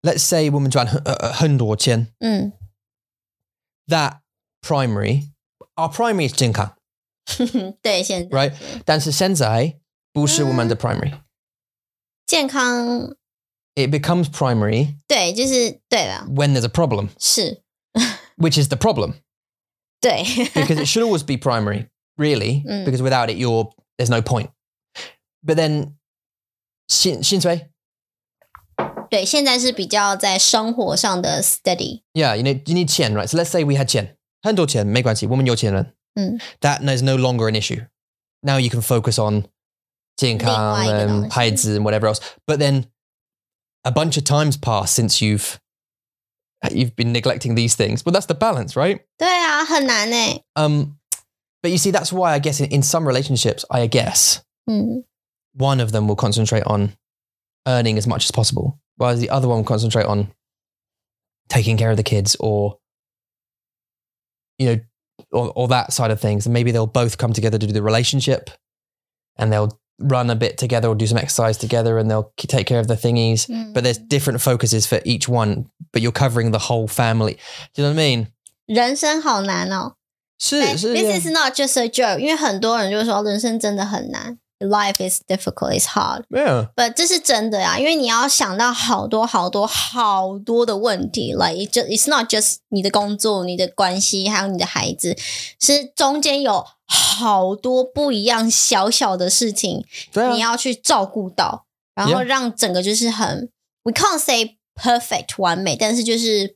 let's say uh, 我们赚很多钱，
嗯
that primary, our primary is 健康，
对，现在
right？但是现在不是我们的 primary.
健康
It becomes primary
对，就是对了，
when there's a problem,
是
which is the problem
对，
because it should always be primary, really,
Mm.
because without it, you're there's no point. But then, 薪-薪水
对，现在是比较在生活上的 steady，
yeah, you need you need 钱 right? So let's say we had 钱，很多钱没关系，我们有钱人。
Mm.
That is no longer an issue. Now you can focus on 健
另外
康
一个东西。
and 孩子 and whatever else. But then a bunch of times pass since you've you've been neglecting these things. But that's the balance, right?
对啊，很难哎、
Um, but you see, that's why I guess in, in some relationships, I guess
嗯
one of them will concentrate on earning as much as possible, whereas the other one will concentrate on taking care of the kids or, you know, or, or that side of things. And maybe they'll both come together to do the relationship and they'll run a bit together or do some exercise together and they'll k- take care of the thingies.
嗯
But there's different focuses for each one, but you're covering the whole family. Do you know what I mean?
人生好难哦。
是-
But
是-
This is not just a joke，因为很多人就说人生真的很难，life is difficult, it's hard。
yeah.
But 这是真的呀，因为你要想到好多好多好多的问题，like it just it's not just 你的工作、你的关系，还有你的孩子，是中间有好多不一样小小的事情，
对啊。
你要去照顾到，然后
Yeah.
让整个就是很 we can't say perfect 完美，但是就是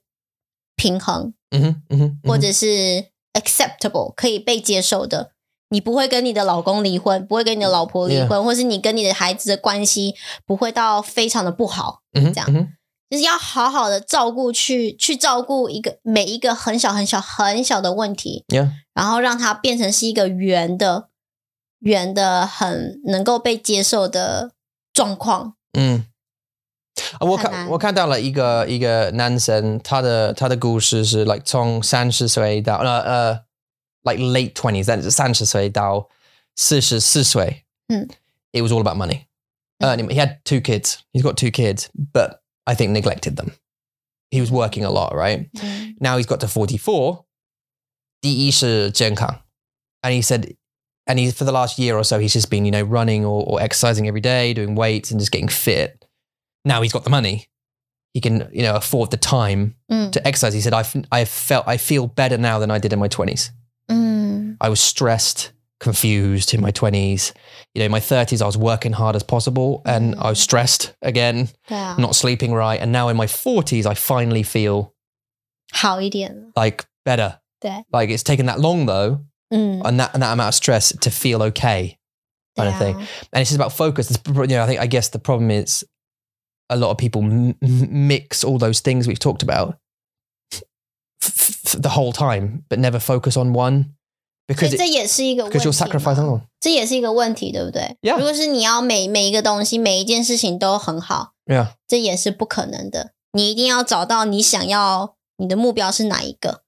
平衡。
Mhm, mhm, mhm.
或者是 acceptable 可以被接受的。你不会跟你的老公离婚，不会跟你的老婆离婚
Yeah.
或是你跟你的孩子的关系不会到非常的不好，
Mhm,
这样。
mhm.
就是要好好的照顾去去照顾一个每一个很小很小很小的问题，
Yeah.
然后让它变成是一个圆的圆的很能够被接受的状况。
嗯，啊我
很
看
难
我看到了一个一个男生，他的他的故事是 like 从三十岁到呃呃 like late twenties，但是三十岁到四十四岁，
嗯
，it was all about money. 呃、he had two kids. He's got two kids, but I think neglected them. He was working a lot, right?
嗯
Now he's got to 44. 第一是健康. And he said, and he, for the last year or so, he's just been, you know, running or, or exercising every day, doing weights and just getting fit. Now he's got the money. He can, you know, afford the time
嗯
to exercise. He said, I've, I felt, I feel better now than I did in my 20s.
嗯
I was stressed, confused in my 20s. You know, in my 30s, I was working hard as possible and I was stressed again,
对啊，
not sleeping right. And now in my 40s, I finally feel
好一点了，
like better.
对，
Like it's taken that long though,
嗯，
and that and that amount of stress to feel okay.
对
kind of
啊
thing. And it's just about focus. It's, you know, I think I guess the problem is a lot of people m- m- mix all those things we've talked about f- f- the whole time, but never focus on one
所
because
以这
it,
也是一个问
because
题
you'll sacrifice
嘛。
on
这也是一个问题，对不对
Yeah
如果是你要每每一个东西、每一件事情都很好，
yeah
这也是不可能的。你一定要找到你想要你的目标是哪一个。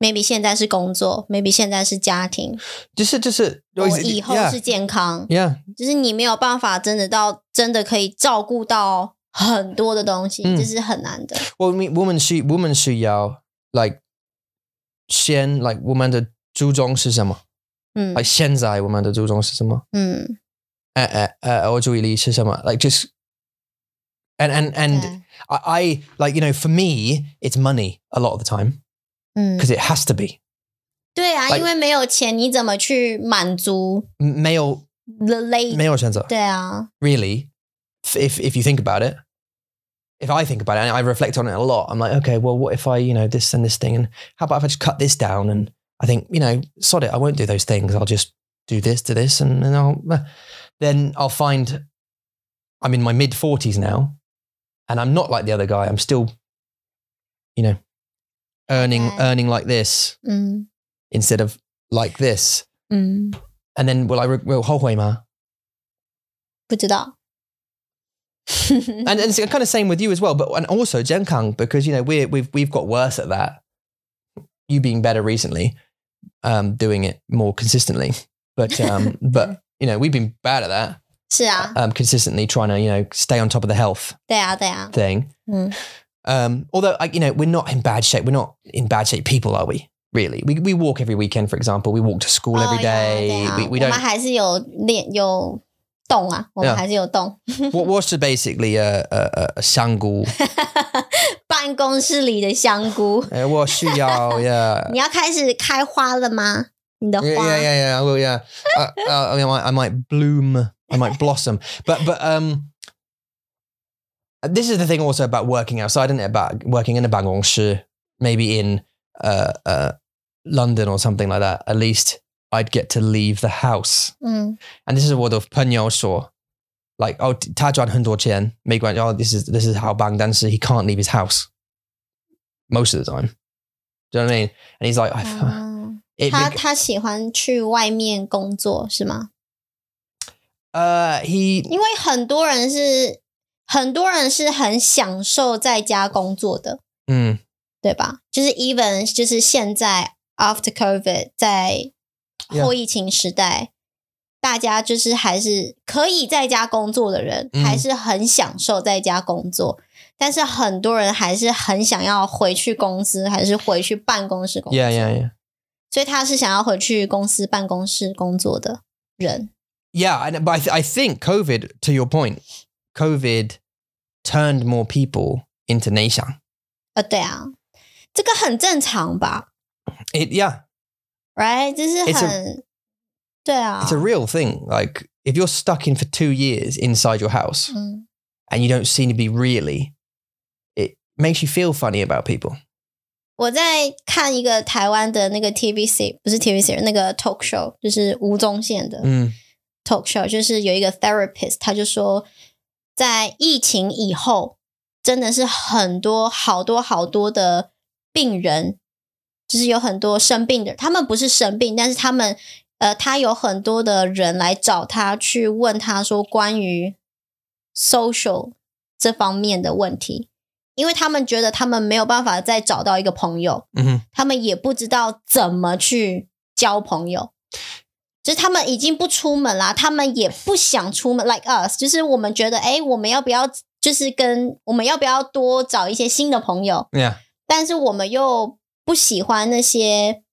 Maybe 现在是工作，Maybe 现在是家庭，
just just
我以后
yeah
是健康
yeah
就是你没有办法真的到真的可以照顾到很多的东西，
嗯
这是很难的。
well I mean, woman she woman she yao like Shen like woman the
嗯
like 现在我们的注重是什么？
嗯，
呃呃呃，我注意力是什么？Like just and and and
对
I, I like you know for me it's money a lot of the time
嗯，
because it has to be
对啊
like-
因为没有钱，你怎么去满足
male
the late？
male chance
对啊，
really f- if if you think about it if I think about it and I reflect on it a lot I'm like okay well what if I you know this and this thing and how about if I just cut this down and I think you know sod it I won't do those things I'll just do this to this and then I'll uh, then I'll find I'm in my mid 40s now and I'm not like the other guy I'm still you know earning
Okay.
earning like this
嗯
instead of like this
嗯，
and then will I re- will "Oh, 后悔吗
不知 道。
and, and it's kind of same with you as well. But and also Gen Kang, because you know we we've we've got worse at that. You being better recently, um, doing it more consistently. But um, but you know, we've been bad at that.
是啊，
Um, consistently trying to, you know, stay on top of the health
对啊，对啊，
thing.
嗯，
Um, although, like, you know, we're not in bad shape. We're not in bad shape people, are we? Really? We, we walk every weekend, for example. We walk to school
哦
every
呀
day.
对啊
we, we
我们
don't.
还是有练有动啊，我们
Yeah
还是有动。
what was basically a, a, a- a sangu?
办公室里的香 菇，
Uh, what's your- yeah.
你要开始开花了吗？你的
Yeah,
花
yeah, yeah, yeah. I will, yeah. Uh, uh, I, mean, I, might, I might bloom, I might blossom, but but um, this is the thing also about working outside, and about working in a bangongshi, maybe in uh, uh, London or something like that. At least I'd get to leave the house,
嗯
and this is what of Penyo saw. Like, oh, Tajuan make one. Oh, this is this is how Bang dancer. He can't leave his house most of the time. Do you know what I mean? And he's like,
Oh.
I,
哦
it,
他他喜欢去外面工作是吗？
uh, he
因为很多人是很多人是很享受在家工作的，
Mm.
对吧？就是 even 就是现在 after COVID 在
Yeah.
后疫情时代大家就是还是可以在家工作的人，
嗯
还是很享受在家工作。但是很多人还是很想要回去公司，还是回去办公室工作。
Yeah, yeah, yeah.
所以他是想要回去公司办公室工作的人。
Yeah, and but I, th- I think COVID, to your point, COVID turned more people into Neishan.
呃，对啊，这个很正常吧
It yeah,
？Right，这是
It's a-
很对啊
it's a real thing. Like if you're stuck in for two years inside your house
嗯，
and you don't seem to be really, it makes you feel funny about people.
我在看一个台湾的那个 TVC，不是 TVC，那个 talk show，就是吴宗宪的
Mm.
talk show，就是有一个 therapist，他就说，在疫情以后，真的是很多好多好多的病人，就是有很多生病的，他们不是生病，但是他们呃，他有很多的人来找他去问他说关于 social 这方面的问题，因为他们觉得他们没有办法再找到一个朋友，
hmm
他们也不知道怎么去交朋友，就是他们已经不出门啦，他们也不想出门，like us，就是我们觉得，哎，我们要不要就是跟我们要不要多找一些新的朋友？
Yeah,
但是我们又不喜欢那些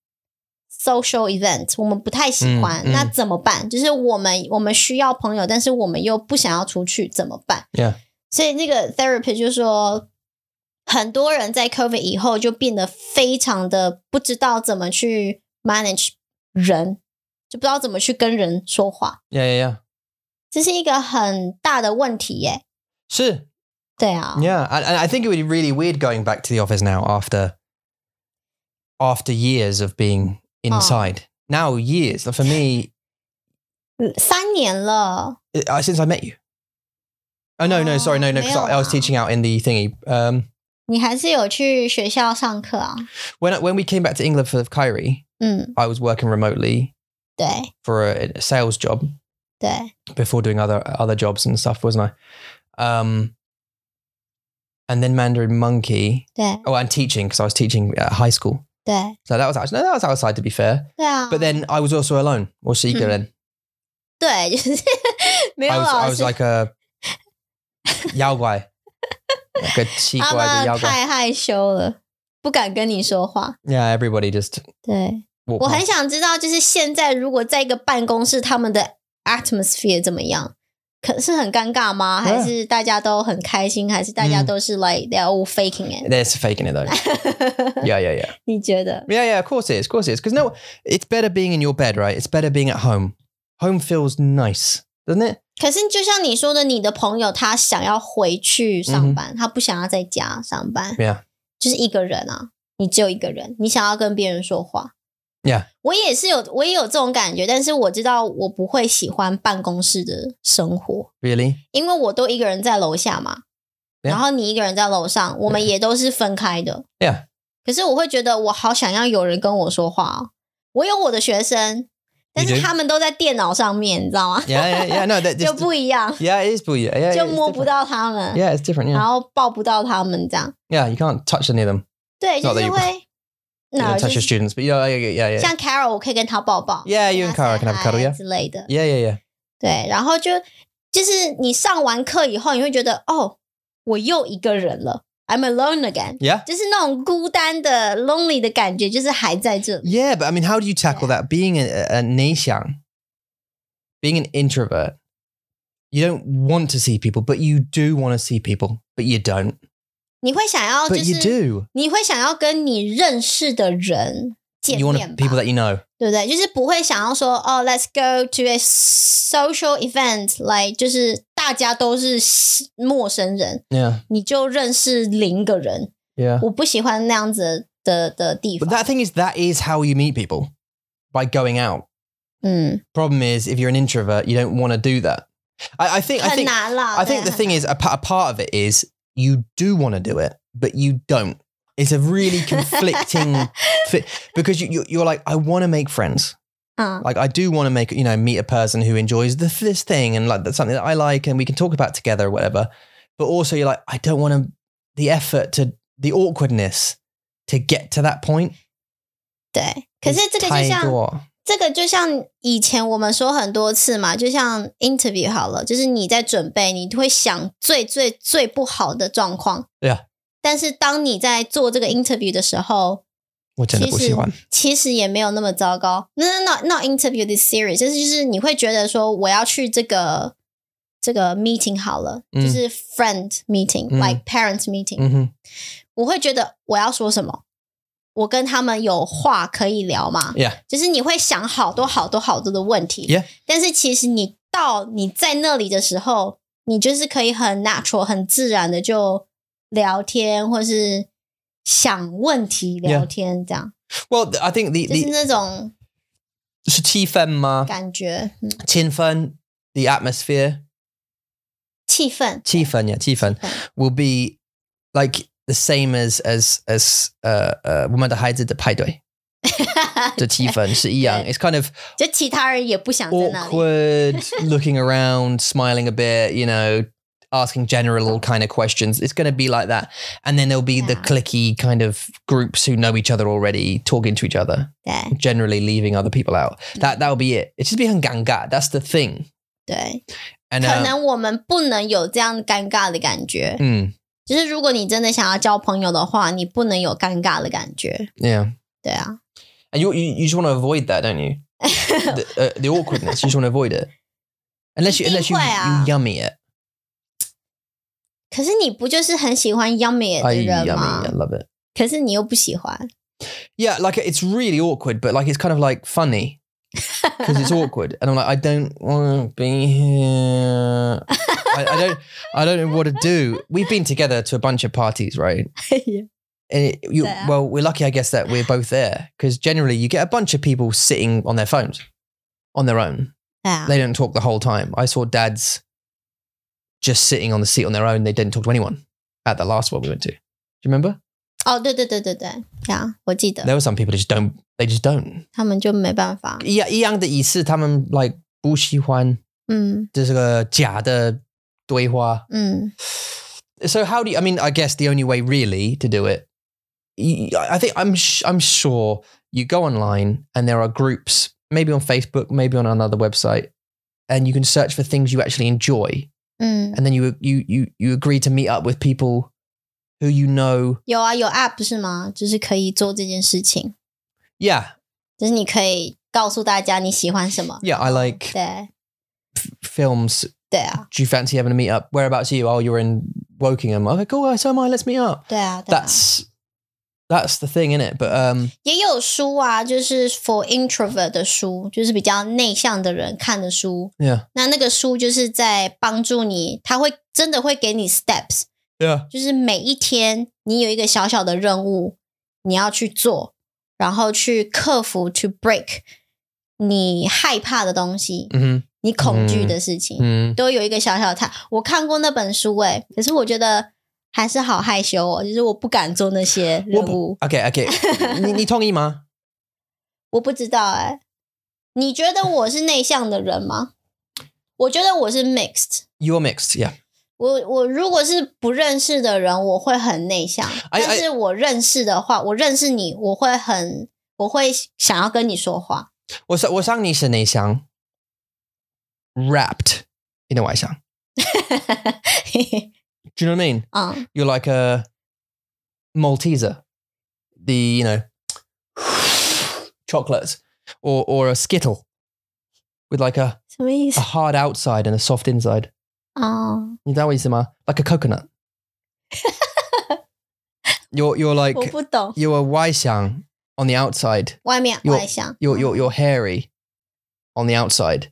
social event，我们不太喜欢，
嗯嗯
那怎么办？就是我们我们需要朋友，但是我们又不想要出去，怎么办？
yeah,
所以那个 therapy 就说，很多人在 COVID 以后就变得非常的不知道怎么去 manage 人，就不知道怎么去跟人说话，
yeah, yeah, yeah.
这是一个很大的问题耶。
Sure.
对啊，
Yeah, and, and I think it would be really weird going back to the office now after after years of being inside. Now years Like, for me 嗯
三年了，
uh, since I met you. Oh no, no, sorry, no, no, because I, I was
Oh,
teaching out in the thingy. Um,
你还是有去学校上课啊？
when I- when we came back to England for Kyrie,
嗯，
I was working remotely
对
for a, a sales job
对，
before doing other other jobs and stuff, wasn't I? Um, and then Mandarin Monkey.
对
Oh, and teaching because I was teaching at high school.
对
So that was actually no, that was outside to be fair.
对啊
But then I was also alone. What's she
Hmm.
doing?
对，就是 没有
I was, I
老
was
师，
like a yao guy. Like a cheek
他
guy,
们
yao guy.
太害羞了，不敢跟你说话。
Yeah, everybody just
对。
walked
我很
past.
想知道，就是现在如果在一个办公室，他们的 atmosphere 怎么样？可是很尴尬吗？
对
还是大家都很开心？还是大家
嗯
都是 like they're all faking it？
They're faking it though. yeah, yeah, yeah.
你觉得？
Yeah, yeah, of course it is. Of course it is. Because no, it's better being in your bed, right? It's better being at home. Home feels nice, doesn't it?
可是就像你说的，你的朋友他想要回去
嗯
上班，他不想要在家上班，
Yeah.
就是一个人啊，你只有一个人，你想要跟别人说话。
Yeah.
我也是有，我也有这种感觉，但是我知道我不会喜欢办公室的生活。
Really?
因为我都一个人在楼下嘛，
对啊
然后你一个人在楼上，我们也都是分开的。
Yeah.
可是我会觉得我好想要有人跟我说话哦、我有我的学生，但是
do？
他们都在电脑上面，你知 道吗？
Yeah, yeah, yeah. No, that
就
just,
不一 样，
yeah, it is bull. Yeah, yeah,
就
it's
摸不
different.
到他们，
Yeah, it's different.
然
Yeah,
后抱不到他们，这样
yeah. You can't touch any of them.
对，就
Not that
是
you-
会，
You
那
can't
就
touch your
是
students, but yeah, yeah, yeah, yeah.
像 Carol，我可以跟他抱抱
Yeah, you
跟
and
他
Carol
say
can have a cuddle,
hi
yeah.
之类的。
Yeah, yeah, yeah.
对，然后就就是你上完课以后，你会觉得哦，我又一个人了，I'm alone again，
Yeah.
就是那种孤单的 lonely 的感觉，就是还在这里。
Yeah, but I mean, how do you tackle that? Being a, a 内向, being an introvert, you don't want to see people, but you do want to see people, but you don't.
你会想要就
But you
是
do.
你会想要跟你认识的人见
You want
面
to-
吧
people that you know.
对不对？就是不会想要说哦，Let's go to a social event，来、就是大家都是陌生人，
Yeah.
你就认识零个人，
Yeah.
我不喜欢那样子的的地
But
方。
that thing is, that is how you meet people by going out.
嗯，
Problem is, if you're an introvert, you don't want to do that. I, I think. I
很
think.
难啦。
I think
对
the thing is, a, pa- a part of it is you do want to do it, but you don't. It's a really conflicting fi- because you, you, you're like, I want to make friends.
嗯
Like, I do want to make, you know, meet a person who enjoys this, this thing and like that's something that I like and we can talk about together or whatever. But also, you're like, I don't want to, the effort to, the awkwardness to get to that point.
对。可是这
is
个就像
太多。
这个就像以前我们说很多次嘛，就像 interview 好了，就是你在准备，你会想最最最不好的状况。
Yeah
但是当你在做这个 interview 的时候，其实
我真的不喜欢。
其实也没有那么糟糕。No no no not interview this series，就是就是你会觉得说我要去这个这个 meeting 好了，
嗯
就是 friend meeting、
嗯
like parents meeting，、
Mhm.
我会觉得我要说什么，我跟他们有话可以聊嘛。
Yeah.
就是你会想好多好多好多的问题
Yeah.
但是其实你到你在那里的时候，你就是可以很 natural、很自然的就聊天，或是想问题聊天，这样
Well, th- I think the,
就是
the
那种
是气氛吗？
感觉、嗯、
气氛, the atmosphere,
气氛。
气氛, yeah, 气氛
氛
will be like the same as as as uh uh 我们的孩子的派对的气氛是一样.
对。
It's kind of
就其他人也不想在那里。
awkward, looking around, smiling a bit, you know, asking general kind of questions. It's going to be like that. And then there'll be the
Yeah.
clicky kind of groups who know each other already, talking to each other.
对
generally leaving other people out. That that'll be it. It's just be ganga. That's the thing.
对，
And
可
uh,
能我们不能有这样尴尬的感觉。
mm,
就是如果你真的想要交朋友的话，你不能有尴尬的感觉。
yeah,
对 啊，
and you, you you just want to avoid that, don't you? the, uh, the awkwardness. You just want to avoid it. Unless you unless you,
一定
you
会啊。
yummy it.
可是你不就是很喜欢 Yummy 的
I
人
yummy.
吗
I？love it.
可是你又不喜欢，
Yeah, like it's really awkward, but like it's kind of like funny because it's awkward, and I'm like, I don't want to be here. I, I don't. I don't know what to do. We've been together to a bunch of parties, right? And it, you,
There.
well, we're lucky, I guess, that we're both there because generally you get a bunch of people sitting on their phones on their own.
对啊，
They don't talk the whole time. I saw dads just sitting on the seat on their own. They didn't talk to anyone at the last one we went to. Do you remember?
哦，对对对对对，呀，我记得
There were some people who just don't, they just don't.
他们就没办法，
一样的意思，他们 like
嗯
不喜欢这个假的对话。
嗯，
So how do you? I mean, I guess the only way really to do it, y- I think I'm sh- I'm sure you go online and there are groups, maybe on Facebook, maybe on another website, and you can search for things you actually enjoy,
嗯，
and then you you you you agree to meet up with people who you know.
有啊，有 app 是吗？就是可以做这件事情，
Yeah,
就是你可以告诉大家你喜欢什么，
yeah, I like
对
films.
对啊，
Do you fancy having a meet up? Whereabouts are you? Oh, you're in Wokingham. Okay, cool. So am I. Let's meet up.
对啊，对啊，
That's that's the thing, innit? But um,
也有书啊，就是 for introvert 的书，就是比较内向的人看的书，
yeah,
那那个书就是在帮助你，他会真的会给你 steps。
yeah.
就是每一天你有一个小小的任务，你要去做，然后去克服、去 break 你害怕的东西、
hmm
你恐惧的事情，
Mm.
都有一个小小的探。我看过那本书、欸，可是我觉得还是好害羞哦，就是我不敢做那些任务，
OK OK，你你同意吗？
我不知道哎、你觉得我是内向的人吗？我觉得我是 mixed。
You are mixed, yeah.
我我如果是不认识的人，我会很内向；
哎
但是我认识的话，我认识你，我会很我会想要跟你说话。
我上我上你是内向， wrapped in a way sound. Do you know what I mean?
um,
You're like a Malteser, the you know chocolates, or or a Skittle with like a,
什么意
a
思？
hard outside and a soft inside. 啊
哦，
你知道为什么? Like a coconut. you're you're like
我不懂，
you're a Xiang on the outside.
外面
有
外向，
You're you're you're hairy on the outside,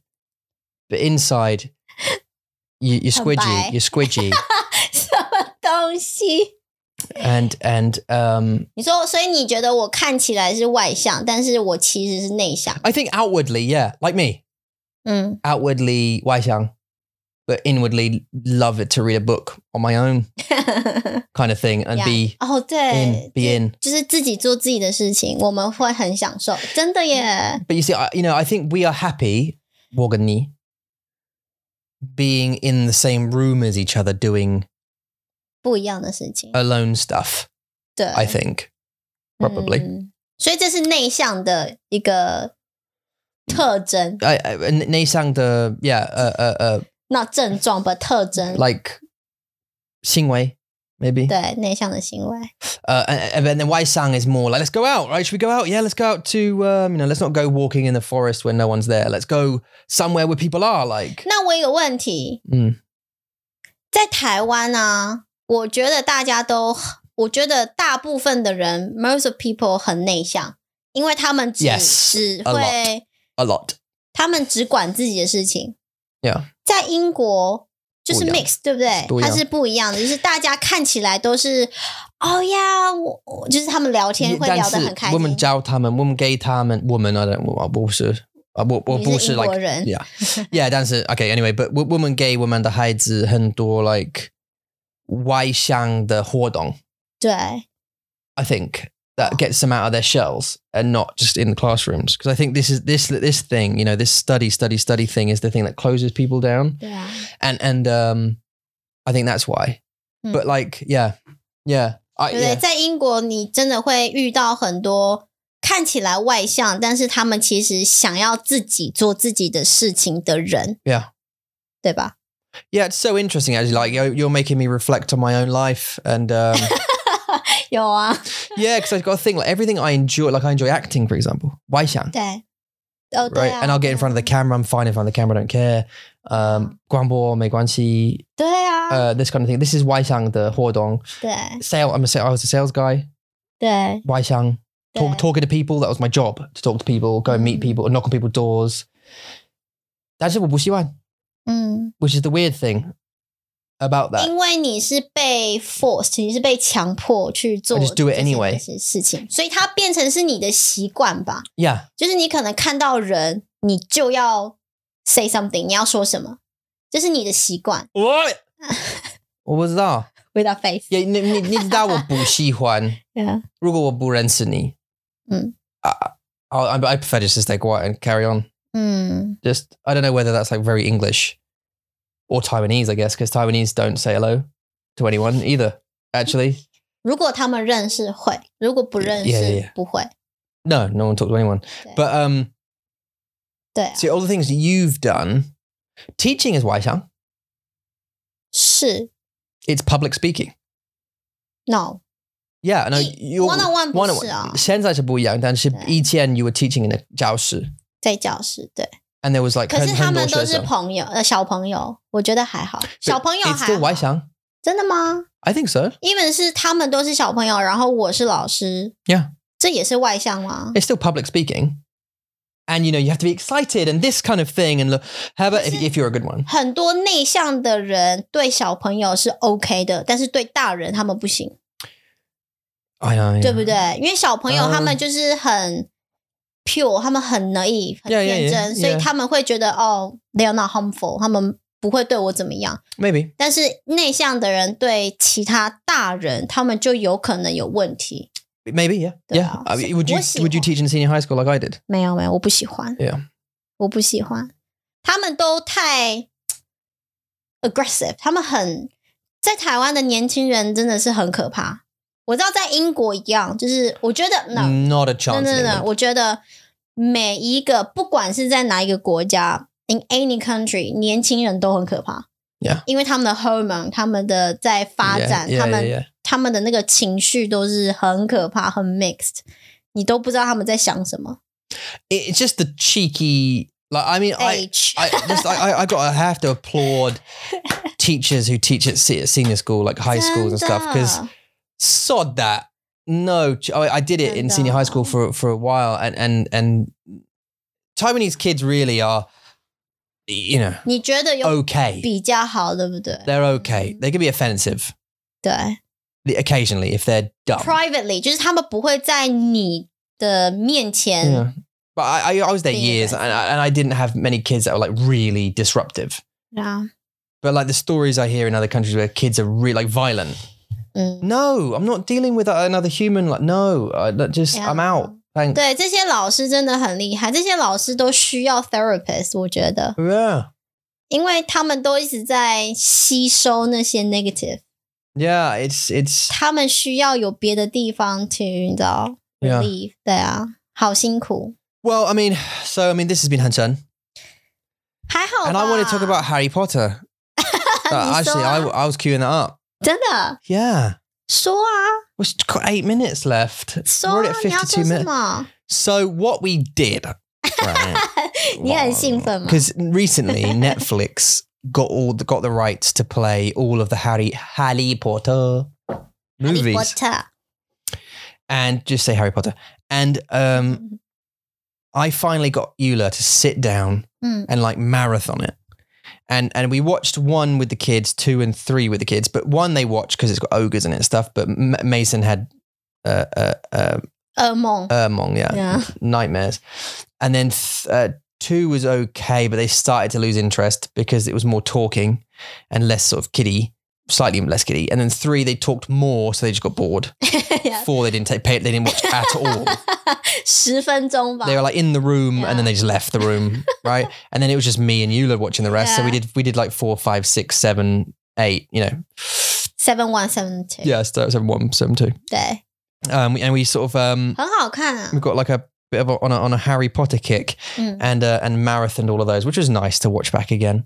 but inside you, you're
Bye.
squidgy. You're squidgy,
什么东西？
and and um,
你说，所以你觉得我看起来是外向，但是我其实是内向？
I think outwardly, yeah, like me,
嗯，
outwardly Xiang, but inwardly love it to read a book on my own kind of thing and be
哦，对 Uh,
in,，be in.
就是自己做自己的事情，我们会很享受，真的耶。
But you see, I, you know, I think we are happy, Wogani, being in the same room as each other doing
不一样的事情，
alone stuff.
对
呃 I think probably.
嗯所以这是内向的一个特征，
I, I Nay sang the yeah uh, uh,
那症状吧，特
uh
征，
like Xingwei maybe
对内向的行为。
uh, and, and then Wai Sang is more like let's go out right should we go out yeah let's go out to um, you know let's not go walking in the forest when no one's there let's go somewhere where people are like
那我有个问题，
嗯，
在台湾啊，我觉得大家都，我觉得大部分的人，most of people 很内向，因为他们只
Yes,
只
a lot.
会，
a lot
他们只管自己的事情。
Yeah.
在英国就是
不一样
mix，对不对
不？一
它
样
是不一样的，就是大家看起来都是，哦呀，我我就是他们聊天会聊得很开心。
woman
你
Zhao Taman woman Gay Taman woman I don't what what
是英国
like
人
yeah yeah 但是 okay anyway but wo- woman Gay woman 的孩子很多 like Wai Sang 的活动
对
I think that gets them out of their shells and not just in the classrooms. Because I think this is this this thing, you know, this study, study, study thing is the thing that closes people down,
对啊，
and and um, I think that's why.
Hmm.
But like, yeah, yeah, I,
对不对？
啊 yeah,
在英国，你真的会遇到很多看起来外向，但是他们其实想要自己做自己的事情的人。
Yeah.
对吧？
yeah. It's so interesting actually. Like you're, you're making me reflect on my own life, and um,
有啊，
yeah, because I've got a thing like everything I enjoy. Like I enjoy acting, for example. Why Xiang?
对，哦，对
Right,
啊
and I'll get in front of the
对啊
camera. I'm fine in front of the camera. I don't care. Um, 广播没关系,
对啊，
uh, this kind of thing. This is Wai Xiang the Huodong.
对
sale. I'm a sale. I was a sales guy.
对
Wai Xiang. Talk,
对
talking to people. That was my job to talk to people, go and meet
Mhm.
people, knock on people's doors. That's what Wuxiwan,
嗯，
which is the weird thing about that.
因为你是被 forced，你是被强迫去做
I just do
这
it
些
anyway
事事情，所以它变成是你的习惯吧。
Yeah.
就是你可能看到人，你就要 say something，你要说什么，这是你的习惯。
What? 我不知道。
Without face，
Yeah, 你-你-你知道我不喜欢，
Yeah.
如果我不认识你，
嗯。
I- I I prefer just to stay quiet and carry on.
嗯，
Just I don't know whether that's like very English or Taiwanese, I guess, because Taiwanese don't say hello to anyone either. Actually,
如果他们认识会，如果不认识
Yeah, yeah,
不会。
no, no one talks to anyone.
Okay.
But um,
对啊，
See, all the things you've done, teaching is Waishang.
是
It's public speaking.
no，
Yeah, no,
E-
you're
one-on-one 不是啊。对。
ETN, you were teaching in a 教室,
在教室对，
and there was like
可是他们都是
很多学生。
朋友，呃，小朋友，我觉得还好，小
But
朋友
It's still
还好，
Waishang.
真的吗？
I think so.
因为是他们都是小朋友，然后我是老师
Yeah.
这也是外向吗？
It's still public speaking. And you know, you have to be excited and this kind of thing. And look, how about
Is
if,
it-
if you're a good one?
很多内向的人对小朋友是 OK 的，但是对大人他们不行。
I know.
对不
Yeah,
对？因为小朋友
啊嗯
他们就是很 pure，他们很 naive，很
Yeah, yeah,
天
yeah,
真，所以
yeah.
他们会觉得哦，they are not harmful，他们不会对我怎么样。
Maybe.
但是内向的人对其他大人，他们就有可能有问题。
Maybe, yeah.
Yeah.
Yeah. I mean, would you
What's
would you
it-
teach in senior high school like I did?
没有没有，我不喜欢
Yeah.
我不喜欢，他们都太 aggressive，他们很在台湾的年轻人真的是很可怕。我知道在英国一样，就是我觉得
嗯
no，
Not a
真
chance. in
的
England.
呢，我觉得每一个不管是在哪一个国家， in any country，年轻人都很可怕。
Yeah.
因为他们的 hormone，他们的在发
Yeah,
展
yeah,
他们
yeah, yeah.
他们的那个情绪都是很可怕，很 mixed，你都不知道他们在想什么。
It- It's just the cheeky. Like I mean, I
H，
I just I, I, I got I have to applaud teachers who teach at se- senior school, like high schools and stuff, because
真的
sod that. No, ch- I, I did it in senior high school for for a while, and and and Taiwanese kids really are, you know,
你觉得有
okay.
比较好，对不对？
They're okay.
Mhm.
They can be offensive
对
occasionally if they're dumb.
，privately 就是他们不会在你的面前
Yeah. But I, I, I was there
Being
years, and I, and I didn't have many kids that were like really disruptive.
啊，
But like the stories I hear in other countries where kids are really like violent.
嗯，
No, I'm not dealing with uh, another human. Like no, I, that just I'm
Yeah.
out. Thank
嗯对，这些老师真的很厉害，这些老师都需要 therapist，我觉得，
yeah,
因为他们都一直在吸收那些 negative，
yeah. It's it's
他们需要有别的地方去，你知道
Yeah.
relief，、对啊，好辛苦，
well. I mean, so I mean, this has been Hansun,
还好吧。
and I want to talk about Harry Potter.
你
Uh,
说
actually,
啊
I, I was queuing that up.
真的
Yeah,
说啊，
we've got eight minutes left.
说
We're
啊
at，
你要说
fifty-two
什
minutes.
么？
So what we did. Right.
你很兴奋吗？
Because recently Netflix got all the, got the rights to play all of the Harry Harry Potter
哈利波
movies
特，
and just say Harry Potter. And um, I finally got Eula to sit down
嗯
and like marathon it. And and we watched one with the kids, two and three with the kids. But one they watched because it's got ogres in it and stuff. But M- Mason had uh, uh, uh,
噩梦，
Ermong, yeah,
Yeah.
nightmares. And then th- uh, two was okay, but they started to lose interest because it was more talking and less sort of kiddie, slightly less kiddie. And then three, they talked more, so they just got bored. Four, they didn't take, pay, they didn't watch at all.
十分钟吧
They。were like in the room,
Yeah.
and then they just left the room, right? And then it was just me and Eula watching the rest. So we
Yeah.
did, we did like four, five, six, seven, eight. You know,
Seven One Seven Two，
yeah, so seven one, seven two.
对，
Um, and we sort of um,
很好看啊
we've。got like a bit of a, on a on a Harry Potter kick.
嗯，
and uh, and marathoned all of those, which was nice to watch back again.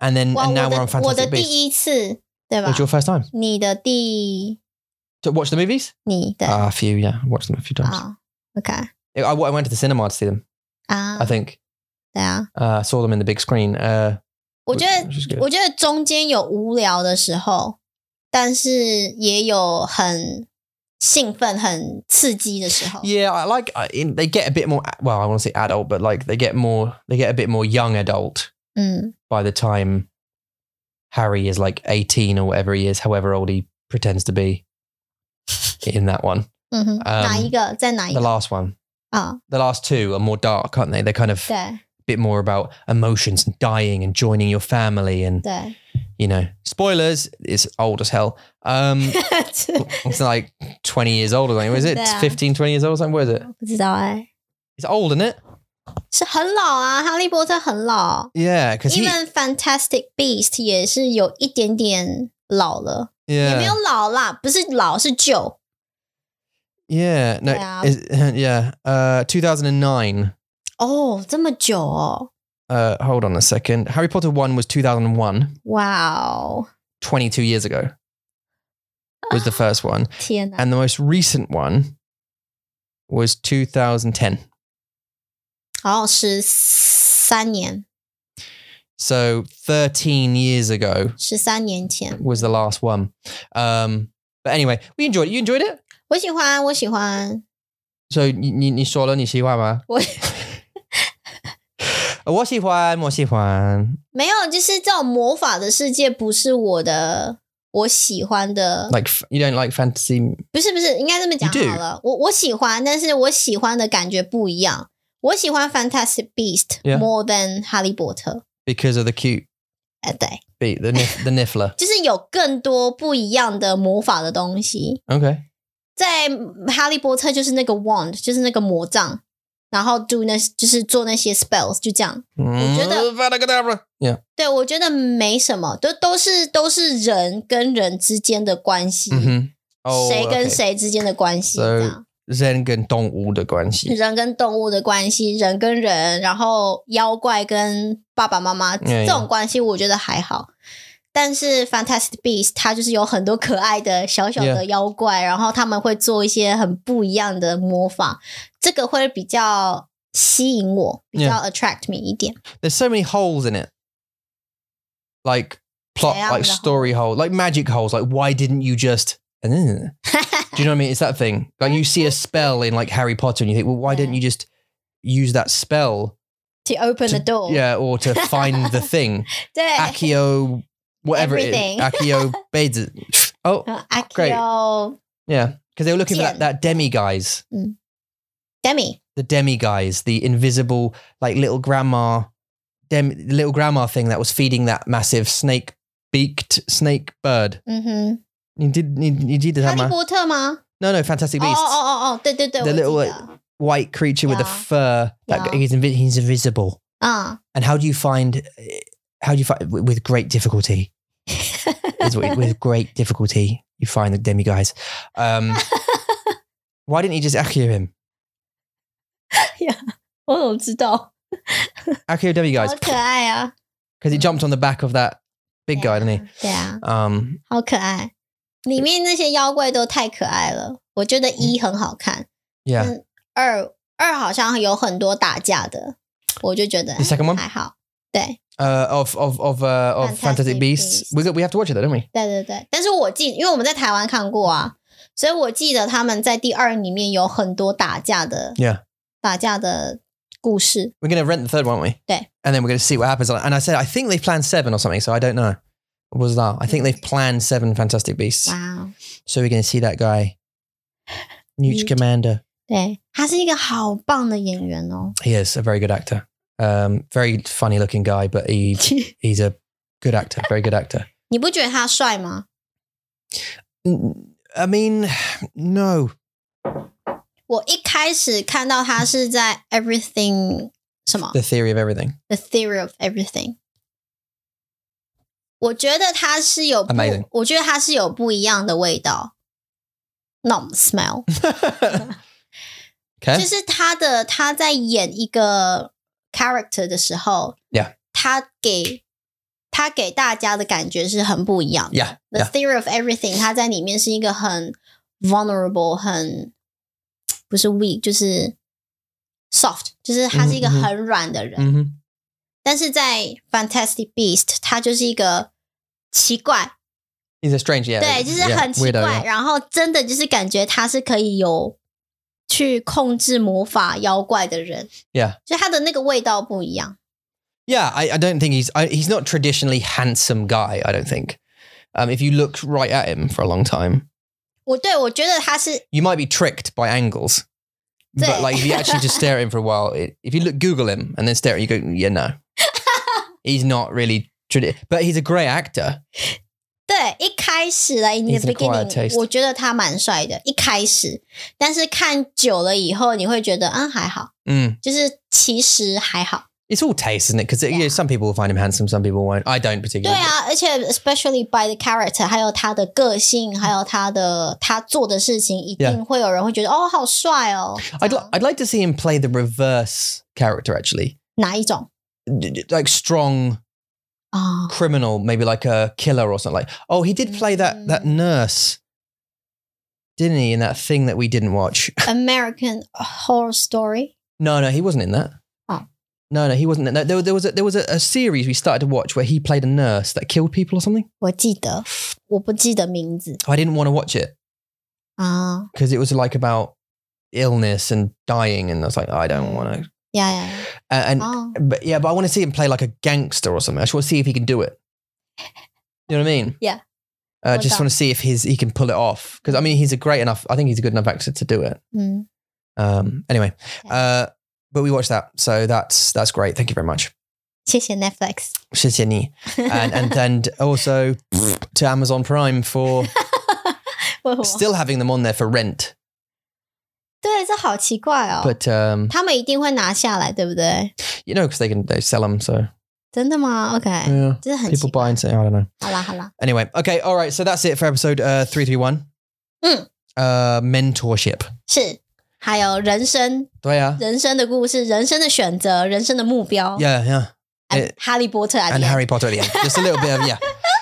And then
哇，
and
我
now we're E on
的我的
Fantastic
第
Beasts.
一次，对吧
It's？your first time
你的第
to watch the movies?
你的
Ah, a few, yeah, Ah. watched them a few times.
啊，OK
I, I went to the cinema to see them.
啊
I，think
对啊，
uh, saw them in the big screen. Uh,
我觉得
which is good.
我觉得中间有无聊的时候，但是也有很兴奋、很刺激的时候。
yeah, I like. I, in, they get a bit more. Well, I want to say adult, but like they get more. They get a bit more young adult
嗯，
by the time Harry is like eighteen or whatever he is, however old he pretends to be. In that one,
嗯哼，
嗯
哪一个在哪一
the
个
last one,
啊？
the last two are more dark, aren't they? They're kind of.
对
bit more about emotions and dying and joining your family and
对，
you know spoilers it's old as hell um it's like 20 years old or something was it
Yeah.
15 20 years old or something where is it
不知道哎，
it's old isn't it
是很老啊，《哈利波特》很老
yeah because he
，Even Fantastic Beast 也是有一点点老了。也没
yeah
有老啦，不是老是旧，
yeah no
Yeah.
is- yeah uh 2009
哦，这么久哦，
uh hold on a second harry potter 1 was 2001
哇哦，
22 years ago was the first one
天哪，
and the most recent one was 2010
好十三年，
so 13 years ago
十三年前，
was the last one. Um, but anyway, we enjoyed it. You enjoyed it?
我喜欢，我喜欢，
So you you you saw it, you see why, man.
我
What's he Juan? What's he Juan?
没有，就是这种魔法的世界不是我的，我喜欢的，
Like f- you don't like fantasy?
不是不是，应该这么讲
You do
好了，我我喜欢，但是我喜欢的感觉不一样，我喜欢 Fantastic Beast
Yeah
more than 哈利波特，
Because of the cute
哎、对，
beat, the nif- the niffler.
就是有更多不一样的魔法的东西。
Okay.
在哈利波特就是那个 wand，就是那个魔杖，然后 do 那就是做那些 spells，就这样。我觉得-
Mm, Yeah.
对我觉得没什么，都都是都是人跟人之间的关系，
hmm Oh.
谁跟
okay.
谁之间的关系
So-
这样。
人跟动物的关系。
人跟动物的关系，人跟人，然后妖怪跟爸爸妈妈
Yeah,
这
yeah.
种关系，我觉得还好。但是 Fantastic Beasts 它就是有很多可爱的小小的
Yeah.
妖怪然后他们会做一些很不一样的魔法，这个会比较吸引我，比较 attract me 一点。
There's so many holes in it, like plot,
Yeah,
like
the hole.
story hole, like magic holes. Like why didn't you just? eh. Do you know what I mean? It's that thing. Like you see a spell in like Harry Potter, and you think, well, why didn't
Yeah.
you just use that spell?
To open the door，
Yeah, or to find the thing.
对
Akio, whatever
Everything.
it is. Akio beds. Oh,
然后
Great.
嗯 Akio
yeah. Because they were looking for
Yeah.
that, that demi guys,
Demi，
the demi guys, the invisible, like little grandma, dem, little grandma thing that was feeding that massive snake beaked snake bird.
嗯哼，
You did, you, you did
哈
that,
利
man?
波特吗？
No, no, Fantastic
哦
Beasts.
哦哦哦，对对对，我
The
记
little,
得，
White creature with the
oh, Yeah.
fur. That
Yeah.
he's, invi- he's invisible.
嗯，
And how do you find? eh, How do you find with great difficulty? is what, with great difficulty you find the demi guys. Um, why didn't you just Akio him?
我怎么知道？
Akio demi guys
好可爱啊！
because he jumped on the back of that big guy, didn't he?
对啊，
Um,
好可爱。里面那些妖怪都太可爱了，我觉得一
嗯
很好看，
yeah.
Mm. 二二好像有很多打架的，我就觉得哎
The second one
还好。对
uh, of of of uh, of
Fantastic
Fantastic, Beasts.
Beasts.
We got, we have to watch it, though, don't we?
对对对，但是我记，因为我们在台湾看过啊，所以我记得他们在第二里面有很多打架的
Yeah.
打架的故事。
We're gonna rent the third one, aren't we?
Yeah.
And then we're gonna see what happens. And I said I think they've planned seven or something, so I don't know. What was that? I think they've planned seven Fantastic Beasts.
哇、哦！
So we're gonna see that guy, Newt
Newt.
Commander.
对他是一个好棒的演员 哦。
He is a very good actor. Um, very funny looking guy, but he he's a good actor, very good actor.
你不觉得他帅吗？
N- I mean, no.
我一开始看到他是在 Everything 什么
The theory of everything.
The Theory of Everything，我觉得他是有不
Amazing，
我觉得他是有不一样的味道那种 smell，
okay. 哎
就是他的他在演一个 character 的时候
Yeah
他给他给大家的感觉是很不一样的。
Yeah.
The
Yeah.
Theory of Everything，它在里面是一个很 vulnerable，很不是 weak，就是 soft，就是他是一个
嗯哼嗯哼
很软的人。
hmm
但是在 Fantastic Beast，他就是一个奇怪，
He's a strange, yeah.
对，就是
yeah,
很奇
weirdo,
怪。
yeah.
然后真的就是感觉他是可以有去控制魔法妖怪的人，
Yeah.
就他的那个味道不一样。
Yeah, I, I don't think he's I, he's not traditionally handsome guy. I don't think. Um, if you look right at him for a long time,
我对我觉得他是
you might be tricked by angles.
Zay.
But like, if you actually just stare at him for a while, it, if you look Google him and then stare at him, you go, yeah, no, he's not really. Tradi- but he's a great actor.
对，一开始来 in the
He's an acquired
beginning，
taste.
我觉得他蛮帅的，一开始，但是看久了以后，你会觉得嗯还好，
Mm.
就是其实还好。
It's all taste, isn't it? Because you
Yeah.
know, some people will find him handsome, some people won't. I don't
对
particularly.
啊，而且 especially by the character，还有他的个性，还有他的他做的事情，一定
Yeah.
会有人会觉得哦好帅哦。
I'd,
这
li-
样
I'd like to see him play the reverse character, actually.
哪一种
D- d- Like strong
啊？
criminal, maybe like a killer or something. Like, oh, he did play that, that
Mm.
nurse, didn't he, in that thing that we didn't watch?
American Horror Story。
No, no, he wasn't in that.
Oh.
No, no, he wasn't. in that. there, there was a, there was a, a series we started to watch where he played a nurse that killed people or something.
我记得，我不记得名字
I didn't want to watch it
啊，
because it was like about illness and dying, and I was like, I don't want to.
呀呀呀，
And, and
哦，
but yeah, but I want to see him play like a gangster or something. I just want to see if he can do it. You know what I mean?
Yeah.
I
What's
just
that?
want to see if his he can pull it off because I mean he's a great enough. I think he's a good enough actor to do it.
嗯，
Um. Anyway,
Yeah.
uh, but we watched that, so that's that's great. Thank you very much.
谢谢 Netflix。
谢谢你. and and and also to Amazon Prime for
为什么
still having them on there for rent.
对，这好奇怪哦。
But um,
他们一定会拿下来，对不对？
you know, because they can they sell them, so
真的吗？OK，
yeah,
这是很奇
people
怪
buy。and say, I don't know.
好啦好啦，
Anyway, okay,
Hmm.
all right. So that's it for episode uh, three three one.
Mm.
Uh, mentorship. uh?
是还有人生、
对啊
人生的故事、人生的选择、人生的目标。
yeah yeah
and
it-
Harry Potter at
and
the end.
Harry Potter at the end. Just a little bit of yeah.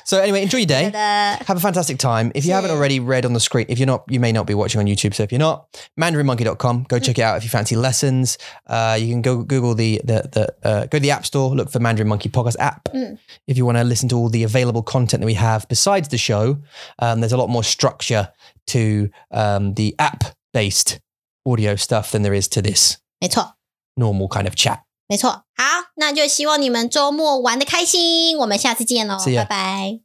So anyway, enjoy your day.
Ta-da.
Have a fantastic time. If you haven't
Yeah.
already read on the screen, if you're not, you may not be watching on YouTube. So if you're not, mandarinmonkey.com, go check it out if you fancy lessons. Uh, you can go Google the, the, the uh, go to the App Store, look for Mandarin Monkey Podcast app.
Mm.
If you want to listen to all the available content that we have besides the show, um, there's a lot more structure to um, the app based audio stuff than there is to this
没错，
normal kind of chat.
没错。好，那就希望你们周末玩的开心，我们下次见喽，
See ya.
拜拜。